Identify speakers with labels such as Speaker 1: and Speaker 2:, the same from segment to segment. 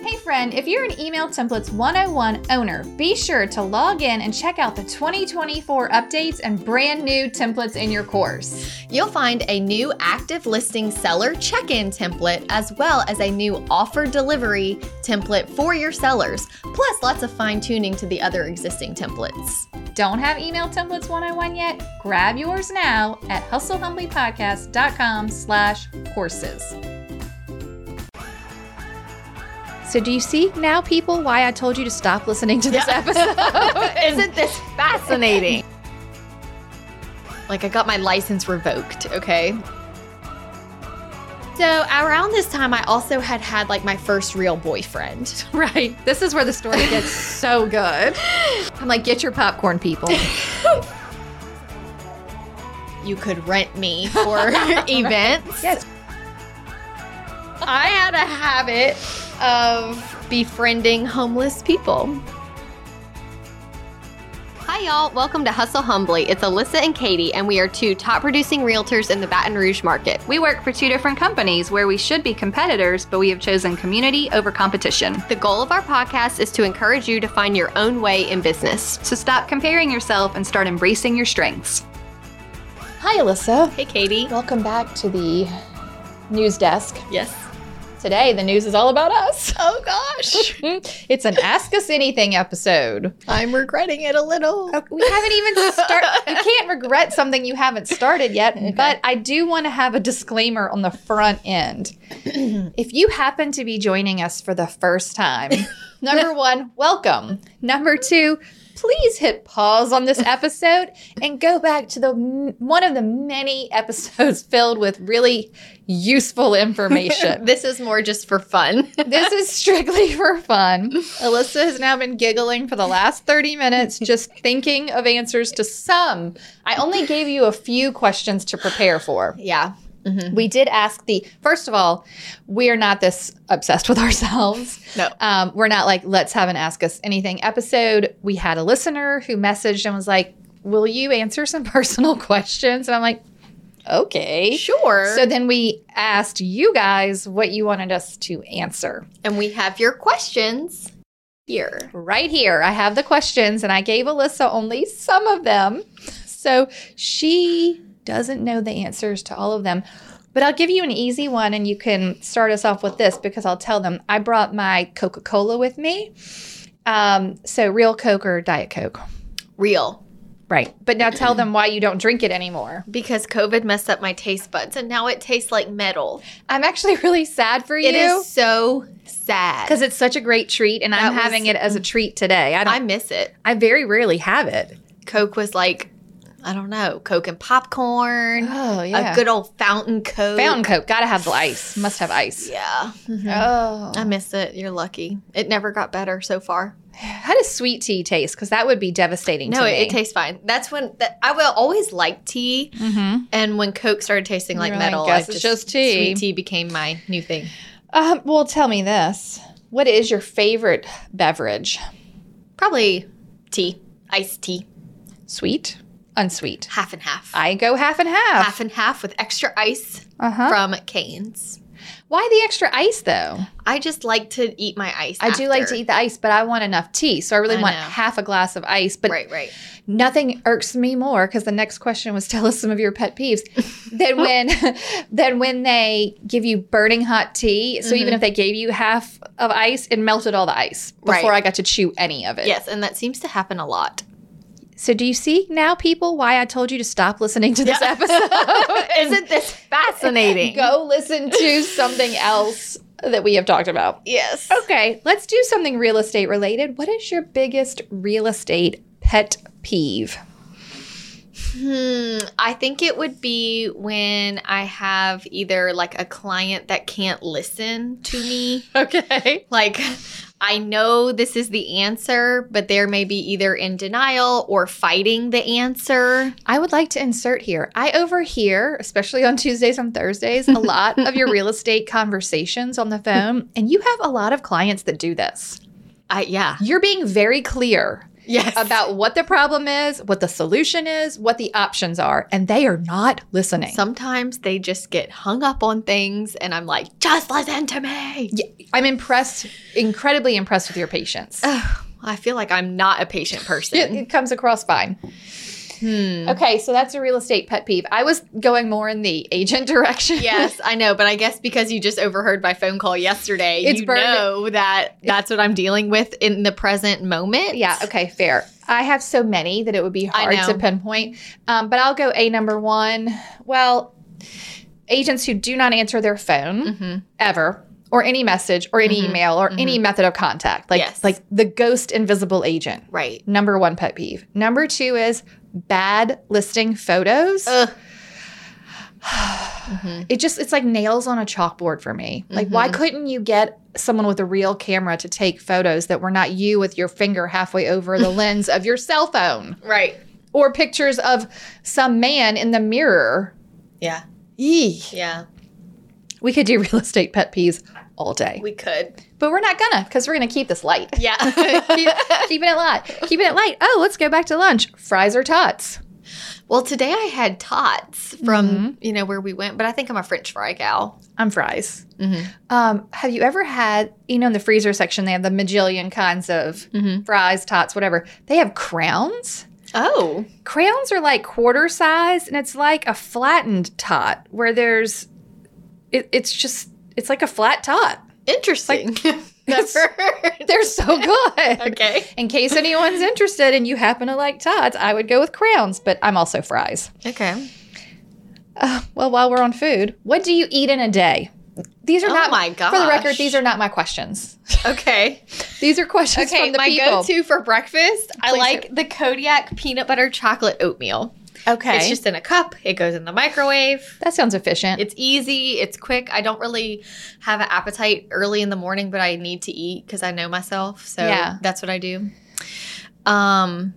Speaker 1: Hey, friend, if you're an Email Templates 101 owner, be sure to log in and check out the 2024 updates and brand new templates in your course.
Speaker 2: You'll find a new active listing seller check in template as well as a new offer delivery template for your sellers, plus lots of fine tuning to the other existing templates.
Speaker 1: Don't have Email Templates 101 yet? Grab yours now at hustlehumblypodcast.com slash courses. So do you see now, people, why I told you to stop listening to this episode?
Speaker 2: Isn't this fascinating? like, I got my license revoked, okay? So, around this time, I also had had like my first real boyfriend.
Speaker 1: right. This is where the story gets so good. I'm like, get your popcorn, people.
Speaker 2: You could rent me for events.
Speaker 1: Yes.
Speaker 2: I had a habit of befriending homeless people. Hi, y'all. Welcome to Hustle Humbly. It's Alyssa and Katie, and we are two top producing realtors in the Baton Rouge market.
Speaker 1: We work for two different companies where we should be competitors, but we have chosen community over competition.
Speaker 2: The goal of our podcast is to encourage you to find your own way in business.
Speaker 1: So stop comparing yourself and start embracing your strengths.
Speaker 3: Hi, Alyssa.
Speaker 2: Hey, Katie.
Speaker 3: Welcome back to the news desk.
Speaker 2: Yes.
Speaker 3: Today, the news is all about us.
Speaker 2: Oh, gosh.
Speaker 3: It's an Ask Us Anything episode.
Speaker 2: I'm regretting it a little.
Speaker 3: We haven't even started. You can't regret something you haven't started yet, but I do want to have a disclaimer on the front end. if you happen to be joining us for the first time, number one, welcome. Number two, please hit pause on this episode and go back to the m- one of the many episodes filled with really useful information.
Speaker 2: This is more just for fun.
Speaker 3: This is strictly for fun. Alyssa has now been giggling for the last 30 minutes, just thinking of answers to some. I only gave you a few questions to prepare for.
Speaker 2: yeah.
Speaker 3: We did ask the first of all, we are not this obsessed with ourselves.
Speaker 2: No.
Speaker 3: Um, we're not like, let's have an Ask Us Anything episode. We had a listener who messaged and was like, Will you answer some personal questions? And I'm like, Okay.
Speaker 2: Sure.
Speaker 3: So then we asked you guys what you wanted us to answer.
Speaker 2: and we have your questions here.
Speaker 3: Right here, I have the questions, and I gave Alyssa only some of them. So she doesn't know the answers to all of them. But I'll give you an easy one, and you can start us off with this because I'll tell them I brought my Coca Cola with me. Um, so, real Coke or Diet Coke?
Speaker 2: Real.
Speaker 3: Right. But now tell them why you don't drink it anymore.
Speaker 2: Because COVID messed up my taste buds and now it tastes like metal.
Speaker 3: I'm actually really sad for
Speaker 2: It
Speaker 3: you
Speaker 2: is so sad.
Speaker 3: because it's such a great treat, and
Speaker 2: That
Speaker 3: I'm
Speaker 2: was-
Speaker 3: having it as a treat today. I, don't,
Speaker 2: I miss it.
Speaker 3: I very rarely have it.
Speaker 2: Coke was like, I don't know, Coke and popcorn,
Speaker 3: Oh,
Speaker 2: a good old fountain Coke.
Speaker 3: Fountain Coke, gotta have the ice. Must have ice.
Speaker 2: Yeah.
Speaker 3: Oh,
Speaker 2: I miss it. You're lucky. It never got better so far.
Speaker 3: how does sweet tea taste? Because that would be devastating.
Speaker 2: No,
Speaker 3: to
Speaker 2: it,
Speaker 3: me.
Speaker 2: it tastes fine. That's when that, I will always like tea.
Speaker 3: Mhm.
Speaker 2: And when Coke started tasting like
Speaker 3: You're like,
Speaker 2: metal,
Speaker 3: "Guess it's just tea."
Speaker 2: Sweet tea became my new thing.
Speaker 3: Um, well, tell me this: What is your favorite beverage?
Speaker 2: Probably tea, iced tea,
Speaker 3: Sweet, unsweet.
Speaker 2: half and half.
Speaker 3: I go half and half.
Speaker 2: half and half with extra ice
Speaker 3: Uh huh.
Speaker 2: from Canes.
Speaker 3: Why the extra ice though?
Speaker 2: I just like to eat my ice.
Speaker 3: I do like
Speaker 2: after.
Speaker 3: to eat the ice, but I want enough tea, so I really
Speaker 2: I
Speaker 3: want
Speaker 2: know.
Speaker 3: half a glass of ice. But
Speaker 2: Right, right.
Speaker 3: nothing irks me more because the next question was tell us some of your pet peeves than when than when they give you burning hot tea so even if they gave you half of ice it melted all the ice
Speaker 2: Right.
Speaker 3: before i got to chew any of it
Speaker 2: Yes, and that seems to happen a lot.
Speaker 3: so do you see now people why i told you to stop listening to this episode
Speaker 2: Isn't this fascinating?
Speaker 3: go listen to something else that we have talked about
Speaker 2: Yes.
Speaker 3: okay let's do something real estate related what is your biggest real estate pet peeve
Speaker 2: Hmm, I think it would be when I have either like a client that can't listen to me.
Speaker 3: okay
Speaker 2: Like, I know this is the answer, but they're maybe either in denial or fighting the answer.
Speaker 3: I would like to insert here. I overhear, especially on Tuesdays and Thursdays, a lot of your real estate conversations on the phone, and you have a lot of clients that do this.
Speaker 2: I, yeah.
Speaker 3: You're being very clear.
Speaker 2: Yes.
Speaker 3: about what the problem is, what the solution is, what the options are, and they are not listening.
Speaker 2: Sometimes they just get hung up on things, and I'm like, just listen to me.
Speaker 3: I'm impressed, incredibly impressed with your patience.
Speaker 2: Ugh, I feel like I'm not a patient
Speaker 3: It,
Speaker 2: person.
Speaker 3: it comes across fine.
Speaker 2: Hmm.
Speaker 3: Okay, so that's a real estate pet peeve. I was going more in the agent direction.
Speaker 2: Yes, I know, but I guess because you just overheard my phone call yesterday,
Speaker 3: It's
Speaker 2: you
Speaker 3: burned-
Speaker 2: know that that's what I'm dealing with in the present moment.
Speaker 3: yeah, okay, fair. I have so many that it would be
Speaker 2: I
Speaker 3: hard to
Speaker 2: know.
Speaker 3: pinpoint. Um, but I'll go A number one. Well, agents who do not answer their phone.
Speaker 2: hmm
Speaker 3: ever or any message or any
Speaker 2: Mhm.
Speaker 3: email or any method of contact like
Speaker 2: Yes.
Speaker 3: like the ghost invisible agent
Speaker 2: Right.
Speaker 3: number one pet peeve number two is bad listing photos
Speaker 2: Ugh.
Speaker 3: it just it's like nails on a chalkboard for me like why
Speaker 2: Mm-hmm.
Speaker 3: couldn't you get someone with a real camera to take photos that were not you with your finger halfway over the lens of your cell phone
Speaker 2: Right.
Speaker 3: or pictures of some man in the mirror
Speaker 2: Yeah.
Speaker 3: Yee.
Speaker 2: Yeah.
Speaker 3: we could do real estate pet peeves all day
Speaker 2: We could.
Speaker 3: but we're not gonna because we're gonna keep this light
Speaker 2: Yeah.
Speaker 3: Keep- keeping it light. Keeping it light. Oh, let's go back to lunch. Fries or tots?
Speaker 2: well, today I had tots from you know where we went, but I think I'm a French fry gal.
Speaker 3: I'm fries.
Speaker 2: Mhm.
Speaker 3: Um, have you ever had, you know, in the freezer section, they have the majillion kinds of
Speaker 2: Mhm.
Speaker 3: fries, tots, whatever. They have crowns.
Speaker 2: Oh.
Speaker 3: Crowns are like quarter size, and it's like a flattened tot where there's, it, it's just, it's like a flat tot.
Speaker 2: Interesting. Never.
Speaker 3: They're so good.
Speaker 2: okay.
Speaker 3: In case anyone's interested and you happen to like tots, I would go with crowns, but I'm also fries.
Speaker 2: Okay.
Speaker 3: Uh, well, while we're on food, what do you eat in a day? These are
Speaker 2: Oh
Speaker 3: not
Speaker 2: my
Speaker 3: For the
Speaker 2: gosh.
Speaker 3: record, these are not my questions.
Speaker 2: Okay.
Speaker 3: These are questions
Speaker 2: Okay.
Speaker 3: from the
Speaker 2: My
Speaker 3: people.
Speaker 2: go-to for breakfast, I
Speaker 3: Please
Speaker 2: like the Kodiak peanut butter chocolate oatmeal.
Speaker 3: okay,
Speaker 2: It's just in a cup. It goes in the microwave.
Speaker 3: that sounds efficient.
Speaker 2: It's easy. It's quick. I don't really have an appetite early in the morning, but I need to eat because I know myself. So
Speaker 3: Yeah.
Speaker 2: that's what I do. Um,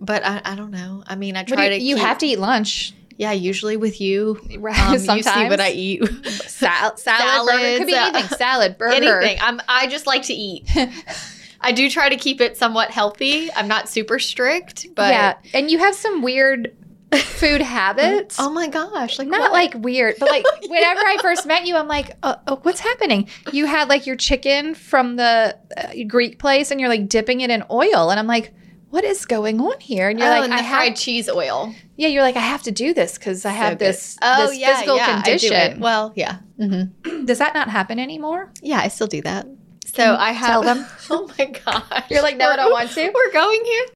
Speaker 2: but I, I don't know. I mean, I
Speaker 3: What do
Speaker 2: try
Speaker 3: you,
Speaker 2: to.
Speaker 3: you
Speaker 2: keep-
Speaker 3: have to eat lunch,
Speaker 2: Yeah, usually with you.
Speaker 3: right?
Speaker 2: Um,
Speaker 3: Sometimes
Speaker 2: You see what I eat.
Speaker 3: Sal- salad, burger. Could be
Speaker 2: Salads, uh,
Speaker 3: anything. Salad, burger.
Speaker 2: Anything. I'm. I just like to eat. I do try to keep it somewhat healthy. I'm not super strict, but
Speaker 3: yeah, and you have some weird food habits.
Speaker 2: oh my gosh, like
Speaker 3: not
Speaker 2: what?
Speaker 3: like weird, but like whenever I first met you, I'm like, uh, uh, what's happening? You had like your chicken from the uh, Greek place, and you're like dipping it in oil, and I'm like, what is going on here? And you're
Speaker 2: oh,
Speaker 3: like,
Speaker 2: and
Speaker 3: I
Speaker 2: the fried
Speaker 3: have,
Speaker 2: cheese oil.
Speaker 3: yeah, you're like, I have to do this because I have
Speaker 2: So good. Oh,
Speaker 3: this, this physical
Speaker 2: I do it.
Speaker 3: condition.
Speaker 2: Well, yeah. hmm
Speaker 3: Does that not happen anymore?
Speaker 2: Yeah, I still do that. So
Speaker 3: you
Speaker 2: I have
Speaker 3: tell them?
Speaker 2: Oh my gosh.
Speaker 3: You're like, no, I don't want to.
Speaker 2: We're going here.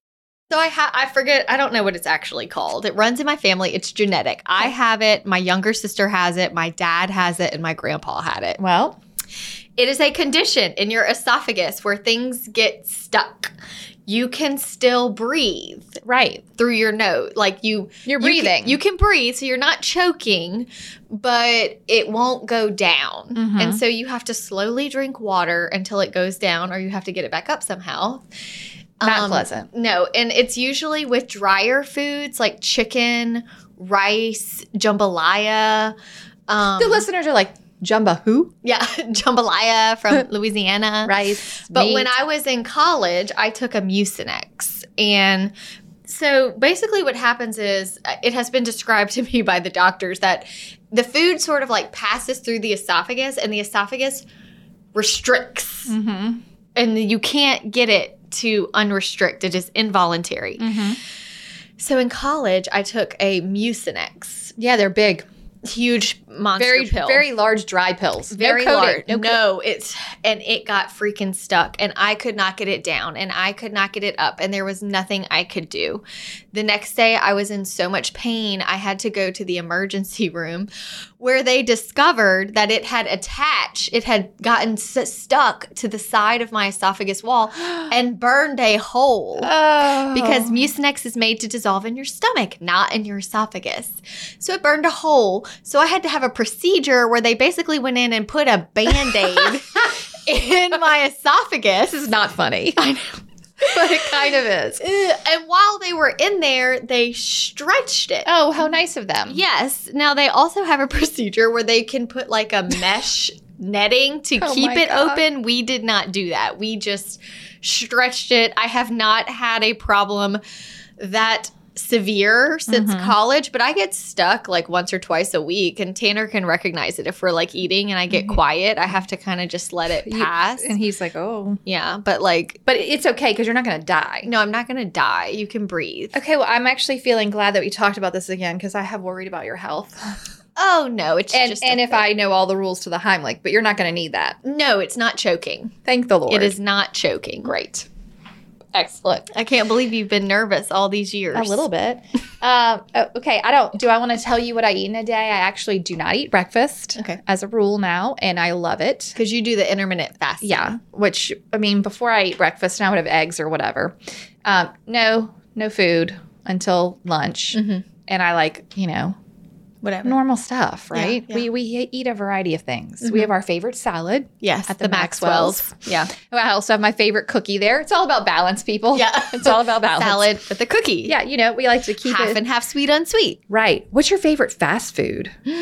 Speaker 2: So I ha- I forget I don't know what it's actually called. It runs in my family. It's genetic. I have it, my younger sister has it, my dad has it, and my grandpa had it.
Speaker 3: Well,
Speaker 2: It is a condition in your esophagus where things get stuck. You can still breathe
Speaker 3: right,
Speaker 2: through your nose. Like you
Speaker 3: you're
Speaker 2: you can-
Speaker 3: breathing.
Speaker 2: You can, breathe, so you're not choking, but it won't go down.
Speaker 3: Mhm.
Speaker 2: And so you have to slowly drink water until it goes down, or you have to get it back up somehow.
Speaker 3: not
Speaker 2: Um,
Speaker 3: pleasant.
Speaker 2: No, and it's usually with drier foods like chicken, rice, jambalaya. Um,
Speaker 3: the listeners are like, Jumba who?
Speaker 2: yeah, jambalaya from Louisiana.
Speaker 3: Rice.
Speaker 2: But when
Speaker 3: meat.
Speaker 2: I was in college, I took a Mucinex. And so basically, what happens is uh, it has been described to me by the doctors that the food sort of like passes through the esophagus and the esophagus restricts,
Speaker 3: Mhm,
Speaker 2: and you can't get it to unrestrict. It is involuntary.
Speaker 3: mhm.
Speaker 2: So in college, I took a Mucinex,
Speaker 3: Yeah, they're big.
Speaker 2: huge monster
Speaker 3: Very,
Speaker 2: pill.
Speaker 3: very large dry pills.
Speaker 2: very
Speaker 3: no coating,
Speaker 2: large.
Speaker 3: No,
Speaker 2: No, it's and it got freaking stuck, and I could not get it down, and I could not get it up, and there was nothing I could do. The next day, I was in so much pain, I had to go to the emergency room, where they discovered that it had attached, it had gotten s- stuck to the side of my esophagus wall, and burned a hole
Speaker 3: Oh.
Speaker 2: because mucinex is made to dissolve in your stomach not in your esophagus so it burned a hole so i had to have a procedure where they basically went in and put a band-aid in my esophagus
Speaker 3: this is not funny. I know. But it kind of is.
Speaker 2: Ugh, and while they were in there they stretched it
Speaker 3: Oh, how nice of them.
Speaker 2: yes now they also have a procedure where they can put like a mesh netting to
Speaker 3: Oh
Speaker 2: keep
Speaker 3: my
Speaker 2: it
Speaker 3: God.
Speaker 2: open. We did not do that. We just stretched it. I have not had a problem that severe since
Speaker 3: Mm-hmm.
Speaker 1: Mhm.
Speaker 2: college, but I get stuck like once or twice a week and Tanner can recognize it if we're like eating and I get quiet, I have to kind of just let it
Speaker 3: Mm-hmm. You-
Speaker 2: pass.
Speaker 3: And he's like, oh.
Speaker 2: yeah, but like
Speaker 3: But it's okay because you're not going to die.
Speaker 2: no, I'm not going to die. You can breathe.
Speaker 3: Okay, well, I'm actually feeling glad that we talked about this again because I have worried about your health.
Speaker 2: Oh no, it's
Speaker 3: and
Speaker 2: just a
Speaker 3: and if
Speaker 2: fit.
Speaker 3: I know all the rules to the Heimlich, but you're not going to need that.
Speaker 2: No, it's not choking.
Speaker 3: Thank the Lord.
Speaker 2: It is not choking.
Speaker 3: great. Excellent.
Speaker 2: I can't believe you've been nervous all these years.
Speaker 3: A little bit. um, oh, okay, I don't. Do I want to tell you what I eat in a day? I actually do not eat breakfast
Speaker 2: Okay.
Speaker 3: as a rule now, and I love it.
Speaker 2: Because you do the intermittent fasting.
Speaker 3: Yeah, which I mean, before I eat breakfast, and I would have eggs or whatever. Um, no, no food until lunch,
Speaker 2: Mhm.
Speaker 3: and I like you know
Speaker 2: Whatever.
Speaker 3: normal stuff,
Speaker 2: Yeah,
Speaker 3: right?
Speaker 2: yeah.
Speaker 3: We we eat a variety of things. We have our favorite salad.
Speaker 2: Yes.
Speaker 3: At
Speaker 2: At
Speaker 3: the
Speaker 2: the, Maxwell's. Yeah.
Speaker 3: I also have my favorite cookie there. It's all about balance, people.
Speaker 2: Yeah.
Speaker 3: it's all about balance.
Speaker 2: Salad with the cookie.
Speaker 3: Yeah, you know we like to keep
Speaker 2: half
Speaker 3: it
Speaker 2: and half sweet unsweet.
Speaker 3: right. What's your favorite fast food? Do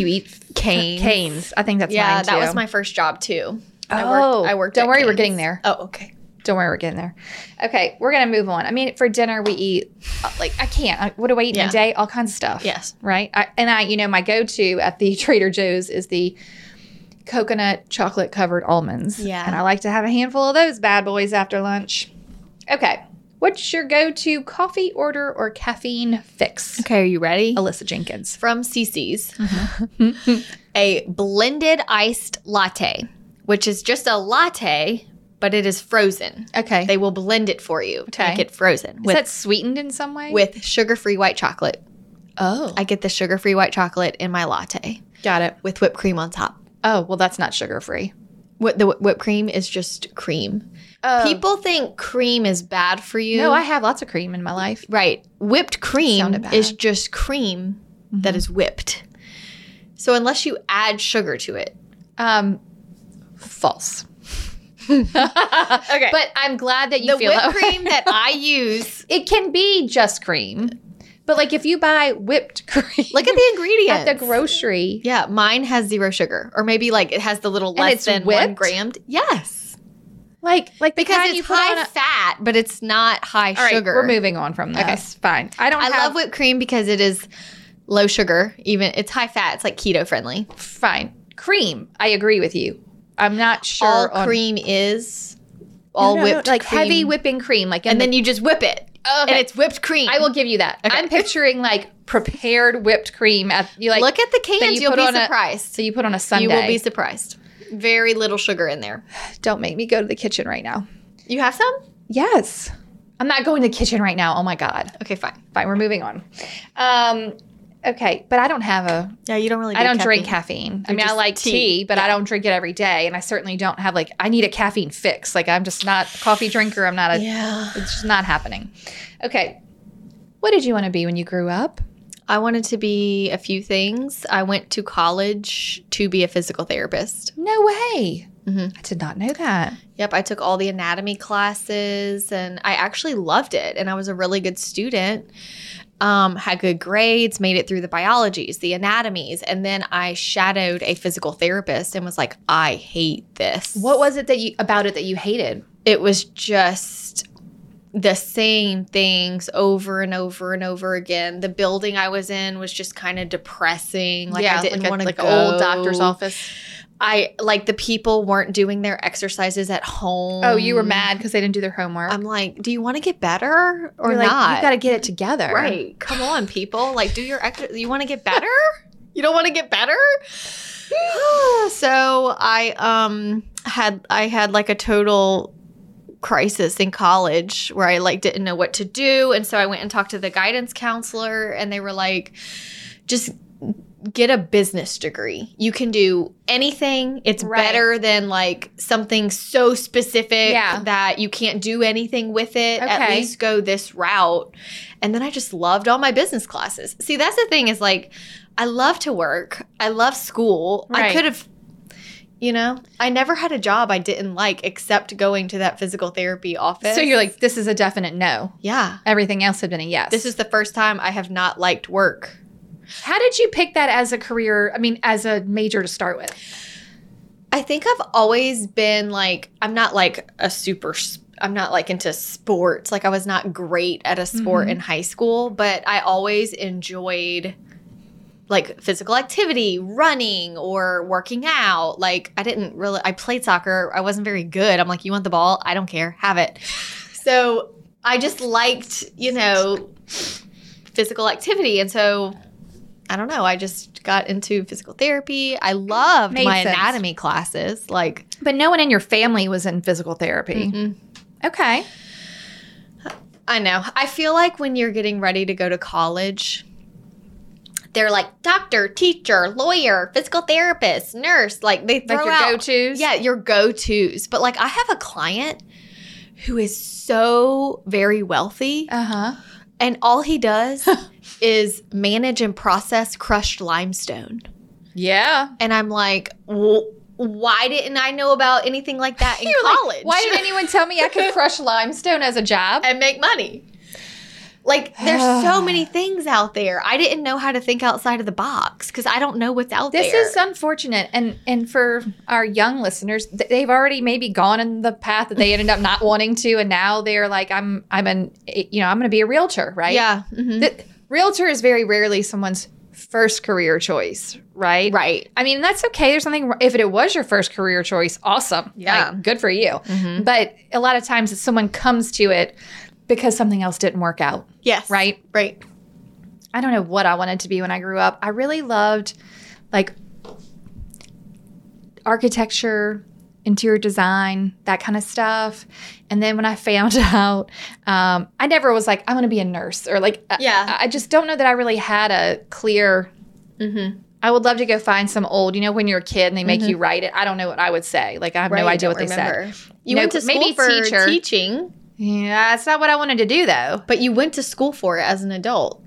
Speaker 3: you eat
Speaker 2: Canes.
Speaker 3: Canes. I think that's
Speaker 2: Yeah,
Speaker 3: mine
Speaker 2: that
Speaker 3: too.
Speaker 2: was my first job too. I
Speaker 3: Oh,
Speaker 2: worked, I worked
Speaker 3: don't
Speaker 2: at
Speaker 3: worry, we're
Speaker 2: Cane's.
Speaker 3: getting there.
Speaker 2: Oh, okay.
Speaker 3: Don't worry, we're getting there. Okay, we're gonna move on. I mean, for dinner we eat uh, like I can't. I, what do I eat in
Speaker 2: Yeah.
Speaker 3: a day? All kinds of stuff.
Speaker 2: Yes.
Speaker 3: Right. I, and I, you know, my go-to at the Trader Joe's is the coconut chocolate covered almonds.
Speaker 2: Yeah.
Speaker 3: And I like to have a handful of those bad boys after lunch. Okay. What's your go-to coffee order or caffeine fix?
Speaker 2: Okay, are you ready?
Speaker 3: Alyssa Jenkins.
Speaker 2: From CC's.
Speaker 3: Mm-hmm.
Speaker 2: a blended iced latte, which is just a latte, but it is frozen.
Speaker 3: Okay.
Speaker 2: They will blend it for you to
Speaker 3: Okay.
Speaker 2: make it frozen
Speaker 3: is
Speaker 2: with,
Speaker 3: that sweetened in some way?
Speaker 2: with sugar-free white chocolate.
Speaker 3: oh,
Speaker 2: I get the sugar-free white chocolate in my latte
Speaker 3: got it.
Speaker 2: with whipped cream on top.
Speaker 3: Oh, well, that's not sugar free.
Speaker 2: What the whi- whipped cream is just cream.
Speaker 3: Oh.
Speaker 2: People think cream is bad for you.
Speaker 3: No, I have lots of cream in my life.
Speaker 2: right. Whipped cream
Speaker 3: Sounded bad. Mm-hmm.
Speaker 2: is just cream that is whipped. So unless you add sugar to it,
Speaker 3: Um, false.
Speaker 2: okay. But
Speaker 3: But I'm glad that you
Speaker 2: the
Speaker 3: feel
Speaker 2: whipped
Speaker 3: that way.
Speaker 2: cream that I use,
Speaker 3: It can be just cream, but like if you buy whipped cream,
Speaker 2: look at the ingredients.
Speaker 3: at the grocery,
Speaker 2: yeah, mine has zero sugar, or maybe like it has the little
Speaker 3: And
Speaker 2: less
Speaker 3: it's
Speaker 2: than one
Speaker 3: whipped?
Speaker 2: grammed. Yes,
Speaker 3: like like the
Speaker 2: because
Speaker 3: kind
Speaker 2: it's
Speaker 3: you put on
Speaker 2: high
Speaker 3: a-
Speaker 2: fat, but it's not high
Speaker 3: All right,
Speaker 2: sugar.
Speaker 3: we're moving on from this.
Speaker 2: Okay.
Speaker 3: fine. I don't.
Speaker 2: I
Speaker 3: have-
Speaker 2: love whipped cream because it is low sugar. Even it's high fat. It's like keto friendly.
Speaker 3: fine cream. I agree with you. I'm not sure.
Speaker 2: all
Speaker 3: on-
Speaker 2: cream is
Speaker 3: No,
Speaker 2: all
Speaker 3: no, no,
Speaker 2: whipped
Speaker 3: like
Speaker 2: cream.
Speaker 3: heavy whipping cream, like in
Speaker 2: and
Speaker 3: the-
Speaker 2: then you just whip it,
Speaker 3: Okay.
Speaker 2: and it's whipped cream.
Speaker 3: I will give you that. I'm picturing like prepared whipped cream at you like
Speaker 2: look at the
Speaker 3: that
Speaker 2: cans.
Speaker 3: you
Speaker 2: You will
Speaker 3: put
Speaker 2: be
Speaker 3: on a-
Speaker 2: surprised.
Speaker 3: so you put on a Sunday.
Speaker 2: you will be surprised. Very little sugar in there.
Speaker 3: Don't make me go to the kitchen right now.
Speaker 2: You have some?
Speaker 3: Yes. I'm not going to the kitchen right now. Oh my God.
Speaker 2: Okay, fine.
Speaker 3: Fine, we're moving on. Um, okay, but I don't have a.
Speaker 2: Yeah, you don't really.
Speaker 3: I don't drink caffeine. I
Speaker 2: You're
Speaker 3: mean, I
Speaker 2: just
Speaker 3: like tea,
Speaker 2: tea.
Speaker 3: but I don't drink it every day, and I certainly don't have like. I need a caffeine fix. Like I'm just not a coffee drinker. I'm not a.
Speaker 2: Yeah,
Speaker 3: It's just not happening. Okay, what did you want to be when you grew up?
Speaker 2: I wanted to be a few things. I went to college to be a physical therapist.
Speaker 3: No way.
Speaker 2: Mhm.
Speaker 3: I did not know that.
Speaker 2: Yep, I took all the anatomy classes and I actually loved it. And I was a really good student, um, had good grades, made it through the biologies, the anatomies. And then I shadowed a physical therapist and was like, I hate this.
Speaker 3: What was it that you about it that you hated?
Speaker 2: It was just the same things over and over and over again. The building I was in was just kind of depressing. Like I didn't
Speaker 3: a-
Speaker 2: want to
Speaker 3: like
Speaker 2: go.
Speaker 3: a old doctor's office.
Speaker 2: I like the people weren't doing their exercises at home.
Speaker 3: Oh, you were mad because they didn't do their homework.
Speaker 2: I'm like, do you want to get better or
Speaker 3: You're like,
Speaker 2: not?
Speaker 3: you got to get it together.
Speaker 2: right. Come on, people. Like, do your ex. You want to get better? you don't want to get better. so I um had I had like a total crisis in college where I like didn't know what to do, and so I went and talked to the guidance counselor, and they were like, just get a business degree. You can do anything. It's
Speaker 3: Right.
Speaker 2: better than like something so specific
Speaker 3: Yeah.
Speaker 2: that you can't do anything with it. At
Speaker 3: Okay.
Speaker 2: least go this route. And then I just loved all my business classes. See, that's the thing is like I love to work. I love school. I
Speaker 3: Right.
Speaker 2: could have you know, I never had a job I didn't like except going to that physical therapy office.
Speaker 3: So you're like, this is a definite no.
Speaker 2: yeah.
Speaker 3: Everything else had been a yes.
Speaker 2: This is the first time I have not liked work.
Speaker 3: how did you pick that as a career? I mean, as a major to start with.
Speaker 2: I think I've always been like I'm not like a super s- I'm not like into sports. Like I was not great at a sport in high school, but I always enjoyed like physical activity, running or working out. Like I didn't really I played soccer. I wasn't very good. I'm like you want the ball? I don't care. Have it. So I just liked, you know, physical activity and so I don't know. I just got into physical therapy. I loved
Speaker 3: Made
Speaker 2: my
Speaker 3: sense.
Speaker 2: anatomy classes. Like
Speaker 3: But no one in your family was in physical therapy. Okay.
Speaker 2: I know. I feel like when you're getting ready to go to college, they're like doctor, teacher, lawyer, physical therapist, nurse. Like they throw
Speaker 3: Like your
Speaker 2: out
Speaker 3: go-tos?
Speaker 2: Yeah, your go tos. But like I have a client who is so very wealthy,
Speaker 3: Uh huh.
Speaker 2: and all he does is manage and process crushed limestone.
Speaker 3: Yeah.
Speaker 2: And I'm like, "Wh- why didn't I know about anything like that in college?
Speaker 3: Why did anyone tell me I could crush limestone as a job?
Speaker 2: and make money. Like there's so many things out there. I didn't know how to think outside of the box because I don't know what's out
Speaker 3: This
Speaker 2: there.
Speaker 3: is unfortunate, and and for our young listeners, th- they've already maybe gone in the path that they ended up not wanting to, and now they're like, I'm I'm an you know I'm going to be a realtor, right?
Speaker 2: yeah, mhm.
Speaker 3: Th- realtor is very rarely someone's first career choice, right?
Speaker 2: right.
Speaker 3: I mean, that's okay. There's nothing wr- if it was your first career choice, awesome.
Speaker 2: Yeah.
Speaker 3: Like, good for you. But a lot of times, it's someone comes to it because something else didn't work out,
Speaker 2: Yes.
Speaker 3: right?
Speaker 2: Right.
Speaker 3: I don't know what I wanted to be when I grew up. I really loved like architecture, interior design, that kind of stuff. And then when I found out, um, I never was like, I want to be a nurse or like, uh, I-
Speaker 2: Yeah.
Speaker 3: I, just don't know that I really had a clear.
Speaker 2: Mhm.
Speaker 3: I would love to go find some old, you know, when you're a kid and they make you write it. I don't know what I would say. Like, I have
Speaker 2: Mm-hmm. Right,
Speaker 3: no
Speaker 2: I
Speaker 3: idea
Speaker 2: don't
Speaker 3: what they said.
Speaker 2: remember. You
Speaker 3: No,
Speaker 2: went to
Speaker 3: but
Speaker 2: school
Speaker 3: maybe
Speaker 2: for
Speaker 3: teacher.
Speaker 2: teaching,
Speaker 3: Yeah, that's not what I wanted to do though.
Speaker 2: but you went to school for it as an adult.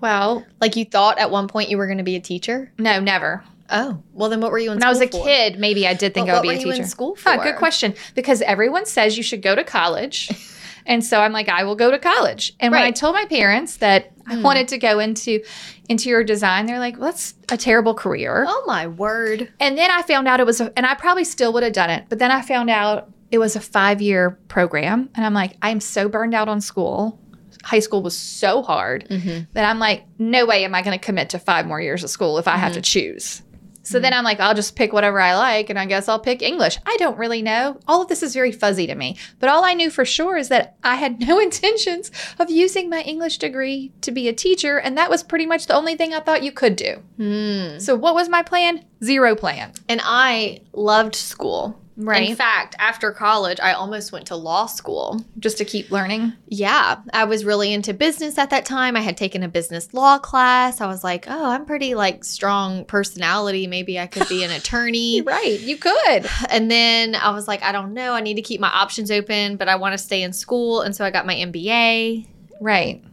Speaker 3: Well,
Speaker 2: Like you thought at one point you were going to be a teacher.
Speaker 3: no, never.
Speaker 2: Oh, well then what were you in
Speaker 3: When I
Speaker 2: school
Speaker 3: was a
Speaker 2: for?
Speaker 3: kid, maybe I did think
Speaker 2: But
Speaker 3: I
Speaker 2: what
Speaker 3: would
Speaker 2: were
Speaker 3: be a
Speaker 2: you in
Speaker 3: teacher.
Speaker 2: school
Speaker 3: Huh,
Speaker 2: for?
Speaker 3: good question. Because everyone says you should go to college. and so I'm like, I will go to college. And when I
Speaker 2: Right. Hmm.
Speaker 3: told my parents that I wanted to go into interior design, they're like, well, that's a terrible career.
Speaker 2: Oh my word.
Speaker 3: And then I found out it was, a, and I probably still would have done it, but then I found out it was a five year program. And I'm like, I'm so burned out on school. High school was so hard that I'm like, no way am I going to commit to five more years of school if I have to choose. So then I'm like, I'll just pick whatever I like, and I guess I'll pick English. I don't really know. All of this is very fuzzy to me. But all I knew for sure is that I had no intentions of using my English degree to be a teacher, and that was pretty much the only thing I thought you could do.
Speaker 2: Hmm.
Speaker 3: So what was my plan? Zero plan.
Speaker 2: And I loved school. In
Speaker 3: Right.
Speaker 2: fact, after college, I almost went to law school.
Speaker 3: Just to keep learning.
Speaker 2: Yeah, I was really into business at that time. I had taken a business law class. I was like, "Oh, I'm pretty like strong personality. Maybe I could be an attorney."
Speaker 3: Right. You could.
Speaker 2: And then I was like, "I don't know. I need to keep my options open, but I want to stay in school." And so I got my MBA.
Speaker 3: Right.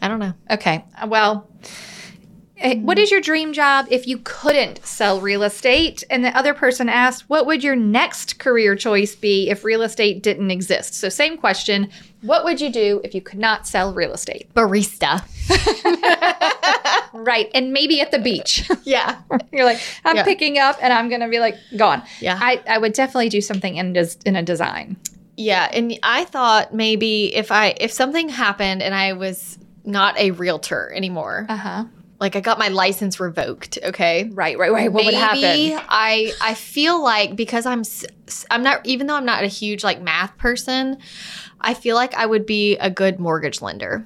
Speaker 2: I don't know.
Speaker 3: Okay. Uh, Well, eh, what is your dream job if you couldn't sell real estate? And the other person asked, what would your next career choice be if real estate didn't exist? So, same question. What would you do if you could not sell real estate?
Speaker 2: Barista.
Speaker 3: Right. And maybe at the beach.
Speaker 2: Yeah.
Speaker 3: You're like, I'm
Speaker 2: Yeah.
Speaker 3: picking up and I'm going to be like, gone.
Speaker 2: Yeah.
Speaker 3: I, I would definitely do something in, des- in a design.
Speaker 2: Yeah, and I thought maybe if I if something happened and I was not a realtor anymore.
Speaker 3: Uh huh.
Speaker 2: Like I got my license revoked, okay?
Speaker 3: Right, right, right. What would happen?
Speaker 2: I I feel like because I'm s- s- I'm not even though I'm not a huge like math person, I feel like I would be a good mortgage lender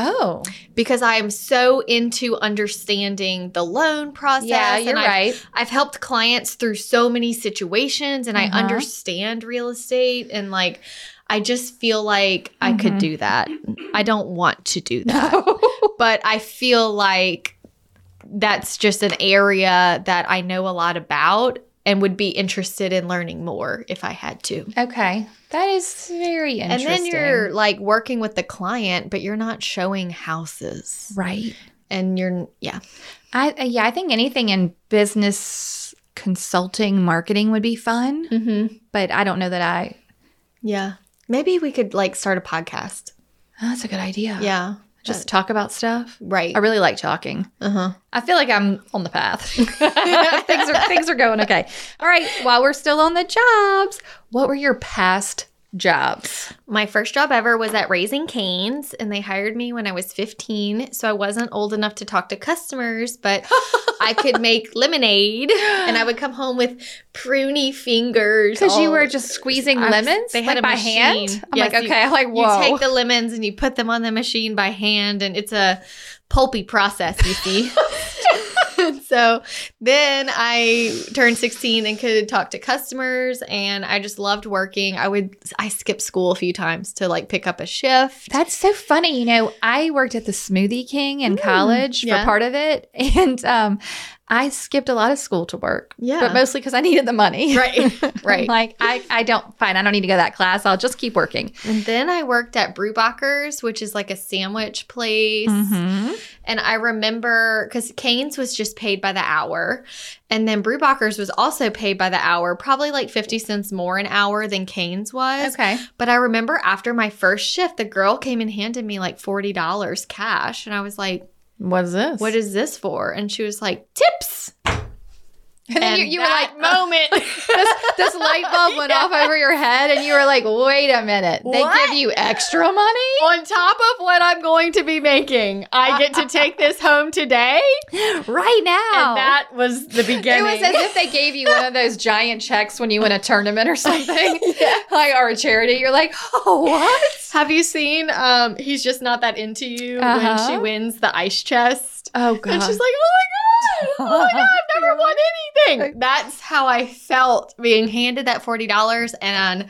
Speaker 3: Oh,
Speaker 2: because I am so into understanding the loan process.
Speaker 3: yeah, you're
Speaker 2: and I've-
Speaker 3: right.
Speaker 2: I've helped clients through so many situations and
Speaker 3: Uh-huh.
Speaker 2: I understand real estate and like I just feel like I could do that. I don't want to do that. But I feel like that's just an area that I know a lot about and would be interested in learning more if I had to.
Speaker 3: Okay, that is very
Speaker 2: And
Speaker 3: interesting.
Speaker 2: then you're like working with the client, but you're not showing houses.
Speaker 3: right.
Speaker 2: And you're, yeah.
Speaker 3: I uh, yeah, I think anything in business consulting marketing would be fun,
Speaker 2: Mm-hmm.
Speaker 3: but I don't know that I.
Speaker 2: Yeah. Maybe we could like start a podcast.
Speaker 3: Oh, that's a good idea.
Speaker 2: Yeah.
Speaker 3: Just talk about stuff.
Speaker 2: Right.
Speaker 3: I really like talking.
Speaker 2: Uh-huh.
Speaker 3: I feel like I'm on the path. things are things are going okay. All right. While we're still on the jobs, what were your past jobs?
Speaker 2: My first job ever was at Raising Canes, and they hired me when I was 15. So I wasn't old enough to talk to customers, but I could make lemonade, and I would come home with pruny fingers.
Speaker 3: Because you
Speaker 2: all-
Speaker 3: were just squeezing
Speaker 2: I was-
Speaker 3: lemons
Speaker 2: they had
Speaker 3: like
Speaker 2: a
Speaker 3: by
Speaker 2: machine.
Speaker 3: hand. I'm
Speaker 2: Yes,
Speaker 3: like,
Speaker 2: you-
Speaker 3: okay, I'm like whoa.
Speaker 2: You take the lemons and you put them on the machine by hand, and it's a pulpy process, you see. so then I turned 16 and could talk to customers, and I just loved working. I would, I skipped school a few times to like pick up a shift.
Speaker 3: That's so funny. You know, I worked at the Smoothie King in college
Speaker 2: Mm, yeah.
Speaker 3: for part of it, and um, I skipped a lot of school to work,
Speaker 2: Yeah.
Speaker 3: but mostly because I needed the money.
Speaker 2: right,
Speaker 3: I'm
Speaker 2: right.
Speaker 3: like I, I don't fine. I don't need to go to that class. I'll just keep working.
Speaker 2: And then I worked at Brewbacher's, which is like a sandwich place. Mm-hmm. And I remember because Canes was just paid by the hour, and then Brewbacher's was also paid by the hour, probably like 50 cents more an hour than Canes was.
Speaker 3: Okay.
Speaker 2: But I remember after my first shift, the girl came and handed me like $40 cash. And I was like,
Speaker 3: What is this?
Speaker 2: What is this for? And she was like, Tips.
Speaker 3: and then you,
Speaker 2: And
Speaker 3: you were like,
Speaker 2: that
Speaker 3: moment. this, this light bulb went off over your head, and you were like, wait a minute. They
Speaker 2: What?
Speaker 3: give you extra money?
Speaker 2: On top of what I'm going to be making, I get to take this home today.
Speaker 3: Right now.
Speaker 2: Oh. was the
Speaker 3: it
Speaker 2: beginning.
Speaker 3: was as if they gave you one of those giant checks when you win a tournament or something, like or a charity. You're like, oh, what?
Speaker 2: Have you seen um he's just not that into you
Speaker 3: Uh-huh.
Speaker 2: when she wins the ice chest?
Speaker 3: Oh
Speaker 2: And she's like, "Oh my god. Oh my god, I've never won anything." That's how I felt being handed that $40 and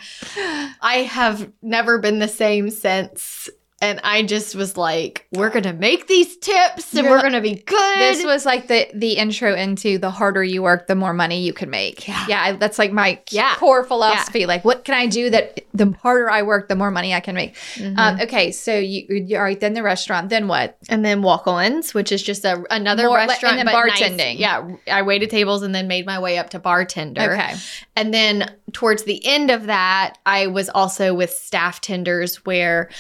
Speaker 2: I have never been the same since. And I just was like, "We're going to make these tips and
Speaker 3: You're
Speaker 2: we're
Speaker 3: like-
Speaker 2: going to be good."
Speaker 3: this was like the the intro into the harder you work, the more money you can make.
Speaker 2: Yeah.
Speaker 3: I, that's like my
Speaker 2: Yeah.
Speaker 3: core philosophy. Like, what can I do that the harder I work, the more money I can make?
Speaker 2: Mhm.
Speaker 3: Um, okay, so you, you all right? Then the restaurant. Then what?
Speaker 2: and then walk-ons, which is just a, another
Speaker 3: More like-
Speaker 2: restaurant
Speaker 3: and then
Speaker 2: but nice.
Speaker 3: bartending.
Speaker 2: Yeah, I waited tables and then made my way up to bartender.
Speaker 3: Okay,
Speaker 2: And then towards the end of that, I was also with staff tenders where